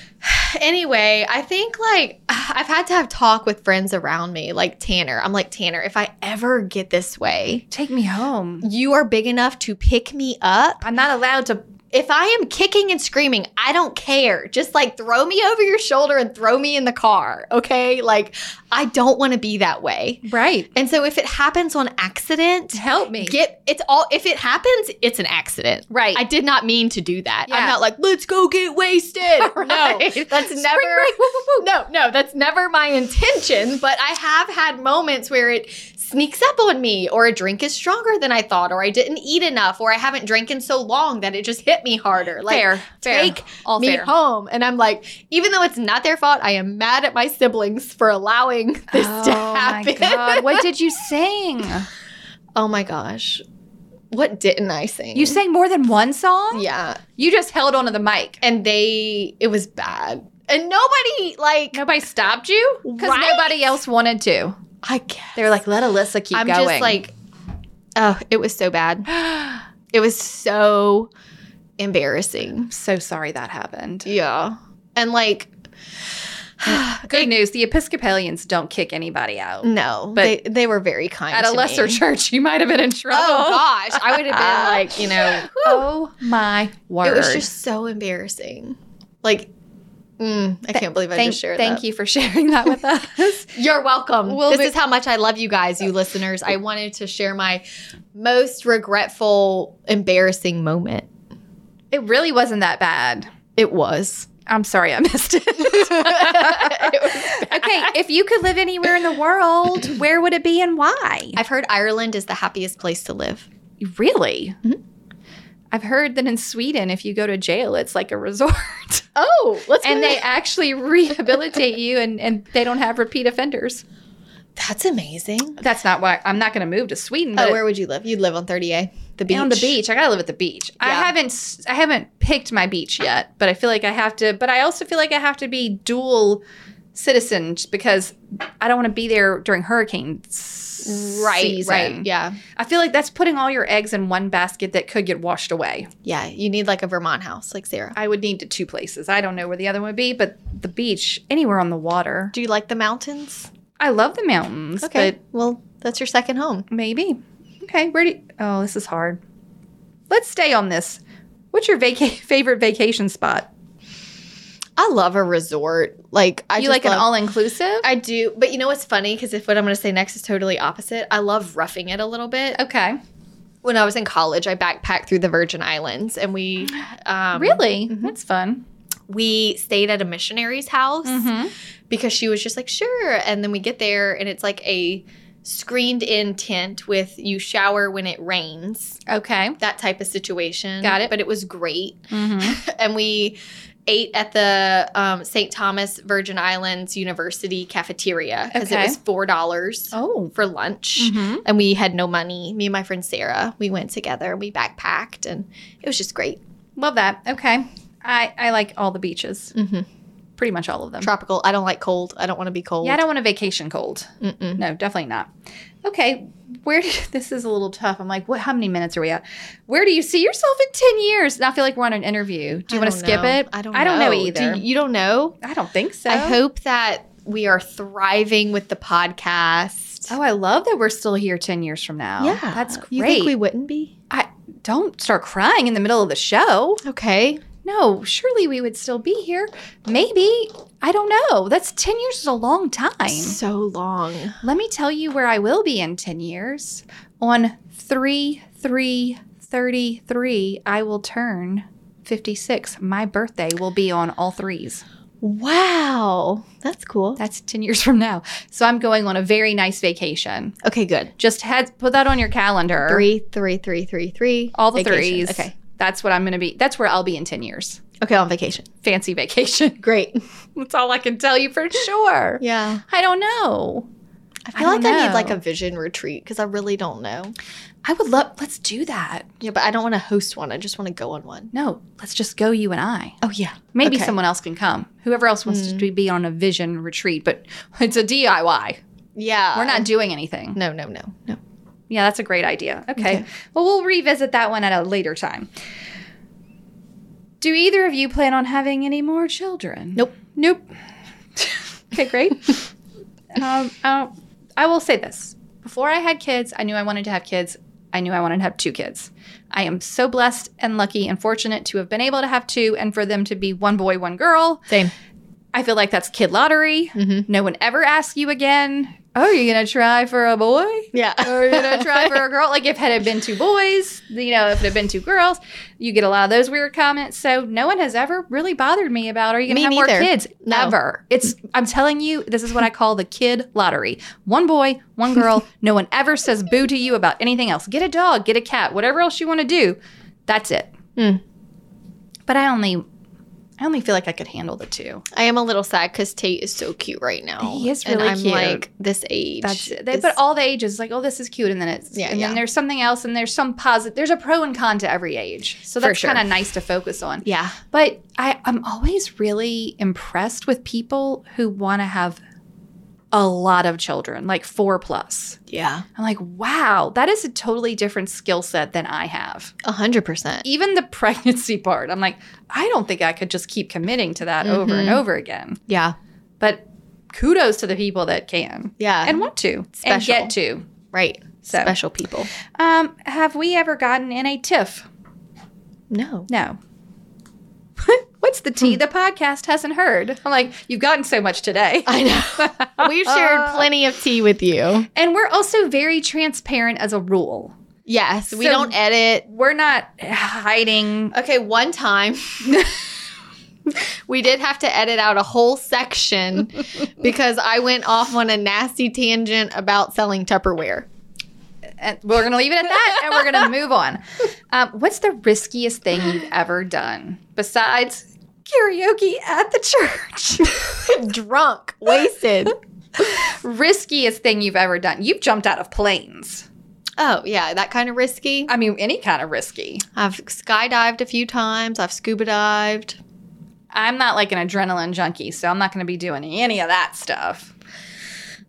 Speaker 2: Anyway, I think like I've had to have talk with friends around me, like Tanner. I'm like, Tanner, if I ever get this way,
Speaker 3: Take me home.
Speaker 2: you are big enough to pick me up
Speaker 3: I'm not allowed to.
Speaker 2: if I am kicking and screaming, I don't care. Just like throw me over your shoulder and throw me in the car, okay? Like, I don't want to be that way.
Speaker 3: Right.
Speaker 2: And so if it happens on accident,
Speaker 3: Help me.
Speaker 2: get it's all if it happens, it's an accident.
Speaker 3: right.
Speaker 2: I did not mean to do that.
Speaker 3: Yeah.
Speaker 2: I'm not like, let's go get wasted. No,
Speaker 3: Right.
Speaker 2: that's never.
Speaker 3: break,
Speaker 2: No, no, that's never my intention. But I have had moments where it sneaks up on me, or a drink is stronger than I thought, or I didn't eat enough, or I haven't drank in so long that it just hit me harder. Like,
Speaker 3: fair. fair.
Speaker 2: take
Speaker 3: all
Speaker 2: me
Speaker 3: fair.
Speaker 2: home. And I'm like, even though it's not their fault, I am mad at my siblings for allowing this to
Speaker 3: oh my
Speaker 2: happen.
Speaker 3: god! What did you sing?
Speaker 2: Oh my gosh. What didn't I sing?
Speaker 3: You sang more than one song.
Speaker 2: Yeah.
Speaker 3: You just held onto the mic.
Speaker 2: and they it was bad and nobody like
Speaker 3: Nobody stopped you because
Speaker 2: Right?
Speaker 3: nobody else wanted to.
Speaker 2: i guess
Speaker 3: They were like, "Let Alyssa keep
Speaker 2: i'm
Speaker 3: going."
Speaker 2: just like oh it was so bad it was so embarrassing
Speaker 3: so sorry that happened.
Speaker 2: yeah and like
Speaker 3: Good news the Episcopalians don't kick anybody out.
Speaker 2: No,
Speaker 3: But-
Speaker 2: they, they were very kind.
Speaker 3: At a
Speaker 2: to
Speaker 3: lesser
Speaker 2: me.
Speaker 3: church, you might have been in trouble.
Speaker 2: Oh gosh, I would have been like, you know,
Speaker 3: Oh my word.
Speaker 2: it was just so embarrassing. Like, mm, I can't believe I
Speaker 3: thank,
Speaker 2: just shared.
Speaker 3: thank
Speaker 2: that.
Speaker 3: you for sharing that with us.
Speaker 2: You're welcome.
Speaker 3: We'll
Speaker 2: this
Speaker 3: be-
Speaker 2: is how much I love you guys, you listeners. I wanted to share my most regretful, embarrassing moment.
Speaker 3: it really wasn't that bad.
Speaker 2: It was.
Speaker 3: I'm sorry I missed it. okay, if you could live anywhere in the world, where would it be and why?
Speaker 2: I've heard Ireland is the happiest place to live.
Speaker 3: Really? I've heard that in Sweden, if you go to jail, it's like a resort.
Speaker 2: Oh, let's
Speaker 3: and they actually rehabilitate you and, and they don't have repeat offenders.
Speaker 2: That's amazing.
Speaker 3: That's not why I'm not going to move to Sweden. But
Speaker 2: Oh, where would you live? You'd live on 30A, the beach.
Speaker 3: on the beach. I gotta live at the beach. I
Speaker 2: Yeah.
Speaker 3: haven't s- I haven't picked my beach yet, but I feel like I have to. But I also feel like I have to be dual citizen just because I don't want to be there during hurricane s-
Speaker 2: Right,
Speaker 3: season.
Speaker 2: right. Yeah.
Speaker 3: I feel like that's putting all your eggs in one basket that could get washed away.
Speaker 2: Yeah. You need like a Vermont house, like Sarah.
Speaker 3: I would need to two places. I don't know where the other one would be, but the beach, anywhere on the water.
Speaker 2: Do you like the mountains?
Speaker 3: I love the mountains,
Speaker 2: Okay. well, that's your second home.
Speaker 3: but maybe. Okay, where do? You, oh, this is hard. Let's stay on this. What's your vaca- favorite vacation spot?
Speaker 2: I love a resort. Like I
Speaker 3: you
Speaker 2: just
Speaker 3: like an
Speaker 2: love-
Speaker 3: all inclusive?
Speaker 2: I do, but you know what's funny? Because if what I'm going to say next is totally opposite, I love roughing it a little bit.
Speaker 3: Okay.
Speaker 2: When I was in college, I backpacked through the Virgin Islands, and we um,
Speaker 3: Really? That's fun. Mm-hmm.
Speaker 2: we stayed at a missionary's house because she was just like, sure. And then we get there, and it's like a screened in tent with you shower when it rains,
Speaker 3: Okay.
Speaker 2: that type of situation.
Speaker 3: Got it.
Speaker 2: But it was great.
Speaker 3: Mm-hmm.
Speaker 2: and we ate at the um, St. Thomas Virgin Islands University cafeteria because
Speaker 3: Okay.
Speaker 2: it was four dollars
Speaker 3: Oh.
Speaker 2: for lunch, and we had no money. Me and my friend Sarah, we went together and we backpacked, and it was just great.
Speaker 3: Love that. Okay. I, I like all the beaches,
Speaker 2: Mhm.
Speaker 3: pretty much all of them.
Speaker 2: Tropical. I don't like cold. I don't want to be cold.
Speaker 3: Yeah, I don't want a vacation cold.
Speaker 2: Mm-mm.
Speaker 3: No, definitely not. Okay. Where do, this is a little tough. I'm like, what? How many minutes are we at? Where do you see yourself in ten years? And I feel like we're on an interview. Do you
Speaker 2: I
Speaker 3: want to
Speaker 2: don't
Speaker 3: skip
Speaker 2: know.
Speaker 3: it?
Speaker 2: I don't.
Speaker 3: I don't know,
Speaker 2: Do
Speaker 3: either.
Speaker 2: you, you don't know.
Speaker 3: I don't think so.
Speaker 2: I hope that we are thriving with the podcast.
Speaker 3: Oh, I love that we're still here ten years from now. that's great.
Speaker 2: You think we wouldn't be?
Speaker 3: I don't start crying in the middle of the show.
Speaker 2: Okay.
Speaker 3: No, surely we would still be here. Maybe. I don't know. That's 10 years is a long time.
Speaker 2: So long.
Speaker 3: Let me tell you where I will be in 10 years. On 3 3 33, I will turn 56. My birthday will be on all threes.
Speaker 2: Wow. That's cool.
Speaker 3: That's 10 years from now. So I'm going on a very nice vacation.
Speaker 2: Okay. Good.
Speaker 3: Just head put that on your calendar.
Speaker 2: Three, three, three, three, three.
Speaker 3: All the
Speaker 2: Vacation.
Speaker 3: threes.
Speaker 2: Okay.
Speaker 3: That's what I'm going to be. That's where I'll be in 10 years.
Speaker 2: Okay. On vacation.
Speaker 3: Fancy vacation.
Speaker 2: Great.
Speaker 3: That's all I can tell you for sure.
Speaker 2: Yeah.
Speaker 3: I don't know.
Speaker 2: I
Speaker 3: I
Speaker 2: feel like
Speaker 3: don't
Speaker 2: I need like
Speaker 3: know.
Speaker 2: a vision retreat because I really don't know.
Speaker 3: I would love, let's do that.
Speaker 2: Yeah, but I don't want to host one. I just want to go on one.
Speaker 3: No, let's just go, you and I.
Speaker 2: Oh yeah,
Speaker 3: Maybe
Speaker 2: Okay. Hmm.
Speaker 3: someone else can come. Whoever else wants to be on a vision retreat, but it's a DIY.
Speaker 2: yeah.
Speaker 3: We're not doing anything.
Speaker 2: No, no, no, no.
Speaker 3: Yeah, that's a great idea. Okay.
Speaker 2: Okay.
Speaker 3: Well, we'll revisit that one at a later time. Do either of you plan on having any more children?
Speaker 2: Nope.
Speaker 3: Nope. okay, great. um, I, don't- I will say this. Before I had kids, I knew I wanted to have kids. I knew I wanted to have two kids. I am so blessed and lucky and fortunate to have been able to have two and for them to be one boy, one girl.
Speaker 2: Same.
Speaker 3: I feel like that's kid lottery.
Speaker 2: Mm-hmm.
Speaker 3: No one ever asks you again, oh, are you going to try for a boy?
Speaker 2: Yeah.
Speaker 3: or you know try for a girl like if had it been two boys you know if it had been two girls you get a lot of those weird comments so no one has ever really bothered me about are you gonna
Speaker 2: Me
Speaker 3: have more
Speaker 2: neither.
Speaker 3: kids
Speaker 2: No.
Speaker 3: ever it's i'm telling you this is what i call the kid lottery one boy one girl no one ever says boo to you about anything else get a dog get a cat whatever else you want to do that's it
Speaker 2: Mm.
Speaker 3: but i only i only feel like i could handle the two
Speaker 2: I am a little sad because Tate is so cute right now.
Speaker 3: He is
Speaker 2: and
Speaker 3: really
Speaker 2: I'm
Speaker 3: cute.
Speaker 2: like this age.
Speaker 3: That's it. They
Speaker 2: this-
Speaker 3: put all the ages like, oh, this is cute, and then it's
Speaker 2: Yeah,
Speaker 3: and
Speaker 2: yeah.
Speaker 3: then there's something else, and there's some positive. There's a pro and con to every age, so
Speaker 2: For
Speaker 3: that's
Speaker 2: sure.
Speaker 3: kind of nice to focus on.
Speaker 2: Yeah.
Speaker 3: But I, I'm always really impressed with people who want to have a lot of children, like four plus.
Speaker 2: Yeah.
Speaker 3: I'm like, wow, that is a totally different skill set than I have.
Speaker 2: A hundred percent.
Speaker 3: Even the
Speaker 2: Mm-hmm.
Speaker 3: pregnancy part, I'm like, I don't think I could just keep committing to that over and over again.
Speaker 2: Yeah.
Speaker 3: But kudos to the people that can
Speaker 2: Yeah.
Speaker 3: and want to and
Speaker 2: Uh-huh. Special.
Speaker 3: get to.
Speaker 2: right.
Speaker 3: So.
Speaker 2: Special people.
Speaker 3: Um, have we ever gotten in a tiff?
Speaker 2: No.
Speaker 3: No. What's the
Speaker 2: Hmm.
Speaker 3: tea the podcast hasn't heard? I'm like, you've gotten so much today.
Speaker 2: I know. We've shared
Speaker 3: Uh.
Speaker 2: plenty of tea with you.
Speaker 3: And we're also very transparent as a rule.
Speaker 2: Yes. We
Speaker 3: So-
Speaker 2: don't edit.
Speaker 3: We're not hiding.
Speaker 2: Okay, one time we did have to edit out a whole section because I went off on a nasty tangent about selling Tupperware.
Speaker 3: And we're going to leave it at that and we're going to move on. Um, what's the riskiest thing you've ever done besides karaoke at the church?
Speaker 2: Drunk, wasted.
Speaker 3: riskiest thing you've ever done? You've jumped out of planes.
Speaker 2: oh, yeah, that kind of risky.
Speaker 3: I mean, any kind of risky.
Speaker 2: I've skydived a few times, I've scuba dived.
Speaker 3: I'm not like an adrenaline junkie, so I'm not going to be doing any of that stuff.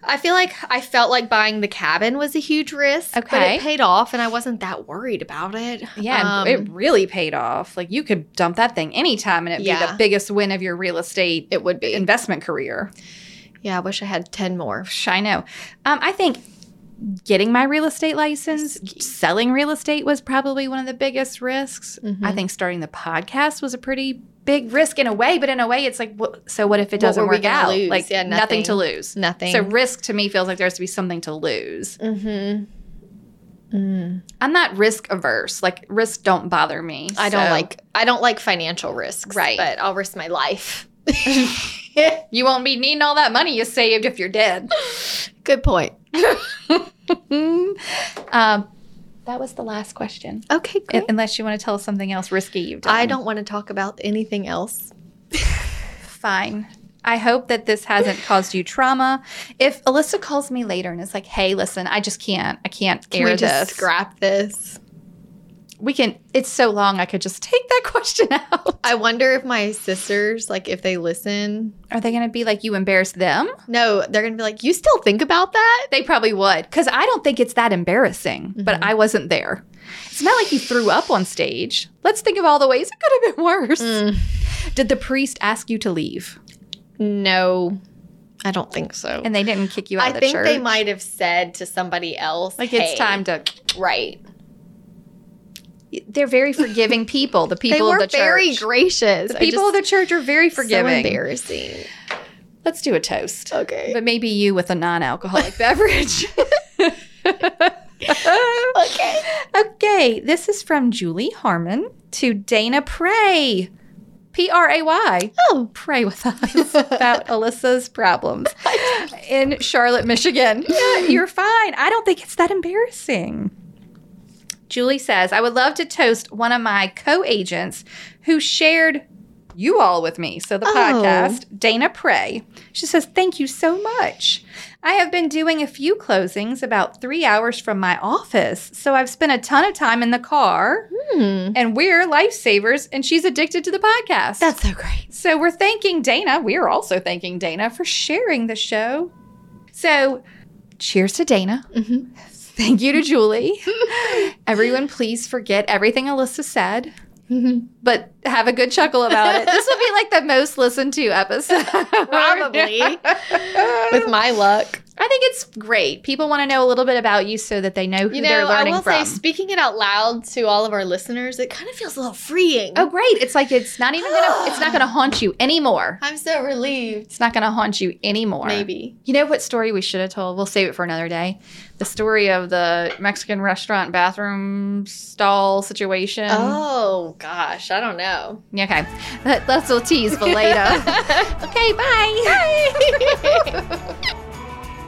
Speaker 2: I feel like I felt like buying the cabin was a huge risk, but
Speaker 3: Okay.
Speaker 2: it paid off and I wasn't that worried about it.
Speaker 3: Yeah, and
Speaker 2: Um,
Speaker 3: it really paid off. Like you could dump that thing anytime and it'd be
Speaker 2: Yeah.
Speaker 3: the biggest win of your real estate
Speaker 2: it would be.
Speaker 3: investment career.
Speaker 2: Yeah, I wish I had 10 more.
Speaker 3: Psh, I know. Um, I think getting my real estate license, selling real estate was probably one of the biggest risks.
Speaker 2: Mm-hmm.
Speaker 3: I think starting the podcast was a pretty big risk in a way, but in a way, it's like, what, so what if it
Speaker 2: What
Speaker 3: doesn't
Speaker 2: were we
Speaker 3: work
Speaker 2: gonna
Speaker 3: out?
Speaker 2: lose?
Speaker 3: Like
Speaker 2: Yeah,
Speaker 3: nothing to
Speaker 2: nothing.
Speaker 3: lose.
Speaker 2: Nothing.
Speaker 3: So risk to me feels like there's to be something to lose.
Speaker 2: mm-hmm.
Speaker 3: I'm not risk averse. Like risk don't bother me.
Speaker 2: I don't
Speaker 3: so-
Speaker 2: like I don't like financial risks.
Speaker 3: Right.
Speaker 2: But I'll risk my life.
Speaker 3: You won't be needing all that money you saved if you're dead.
Speaker 2: Good point. Mm.
Speaker 3: Um, that was the last question.
Speaker 2: Okay,
Speaker 3: Un-
Speaker 2: great.
Speaker 3: Unless you want to tell us something else risky you've done.
Speaker 2: I don't want to talk about anything else.
Speaker 3: Fine. I hope that this hasn't caused you trauma. If Alyssa calls me later and is like, "Hey, listen, I just can't. I can't
Speaker 2: Can
Speaker 3: air
Speaker 2: we
Speaker 3: this.
Speaker 2: just scrap this?
Speaker 3: we can. It's so long. I could just take that question out.
Speaker 2: I wonder if my sisters, like, if they listen,
Speaker 3: Are they going to be like you embarrass them?
Speaker 2: no, they're gonna be like, "You still think about that?"
Speaker 3: They probably would, because I don't think it's that embarrassing.
Speaker 2: Mm-hmm.
Speaker 3: But I wasn't there. It's not like you threw up on stage. Let's think of all the ways it could have been worse.
Speaker 2: Mm.
Speaker 3: Did the priest ask you to leave?
Speaker 2: No, I don't think so.
Speaker 3: And they didn't kick you out of
Speaker 2: I
Speaker 3: the
Speaker 2: think
Speaker 3: church.
Speaker 2: they might have said to somebody else,
Speaker 3: Like
Speaker 2: "Hey,"
Speaker 3: it's time to.
Speaker 2: right?
Speaker 3: They're very forgiving people. The people
Speaker 2: they
Speaker 3: of
Speaker 2: were
Speaker 3: the church.
Speaker 2: very gracious.
Speaker 3: the people of the church are very forgiving.
Speaker 2: So embarrassing.
Speaker 3: Let's do a toast.
Speaker 2: Okay.
Speaker 3: But maybe you with a non-alcoholic beverage.
Speaker 2: okay.
Speaker 3: okay, this is from Julie Harmon to Dana Prey. P R A Y.
Speaker 2: Oh.
Speaker 3: Pray with us about Alyssa's problems in Charlotte, Michigan. Yeah, you're fine. I don't think it's that embarrassing. Julie says, I would love to toast one of my co agents who shared you all with me. So the
Speaker 2: Oh.
Speaker 3: podcast, Dana Prey. She says, Thank you so much. I have been doing a few closings about three hours from my office. So I've spent a ton of time in the car,
Speaker 2: Hmm.
Speaker 3: and we're lifesavers, and she's addicted to the podcast.
Speaker 2: That's so great.
Speaker 3: So we're thanking Dana. We're also thanking Dana for sharing the show. So cheers to Dana.
Speaker 2: Mhm.
Speaker 3: Thank you to Julie. Everyone, please forget everything Alyssa said,
Speaker 2: Mm-hmm.
Speaker 3: but have a good chuckle about it. This will be like the most listened to episode.
Speaker 2: Probably. With my luck.
Speaker 3: I think it's great. People want to know a little bit about you so that they know who
Speaker 2: You
Speaker 3: they're
Speaker 2: know, I
Speaker 3: learning
Speaker 2: will
Speaker 3: from.
Speaker 2: say, speaking it out loud to all of our listeners, it kind of feels a little freeing.
Speaker 3: oh, great. It's like it's not even gonna it's not gonna haunt you anymore.
Speaker 2: I'm so relieved.
Speaker 3: It's not gonna haunt you anymore.
Speaker 2: Maybe.
Speaker 3: You know what story we should have told? We'll save it for another day. The story of the Mexican restaurant bathroom stall situation.
Speaker 2: oh, gosh. I don't know.
Speaker 3: Yeah, Okay. That, that's a tease for later. okay, bye.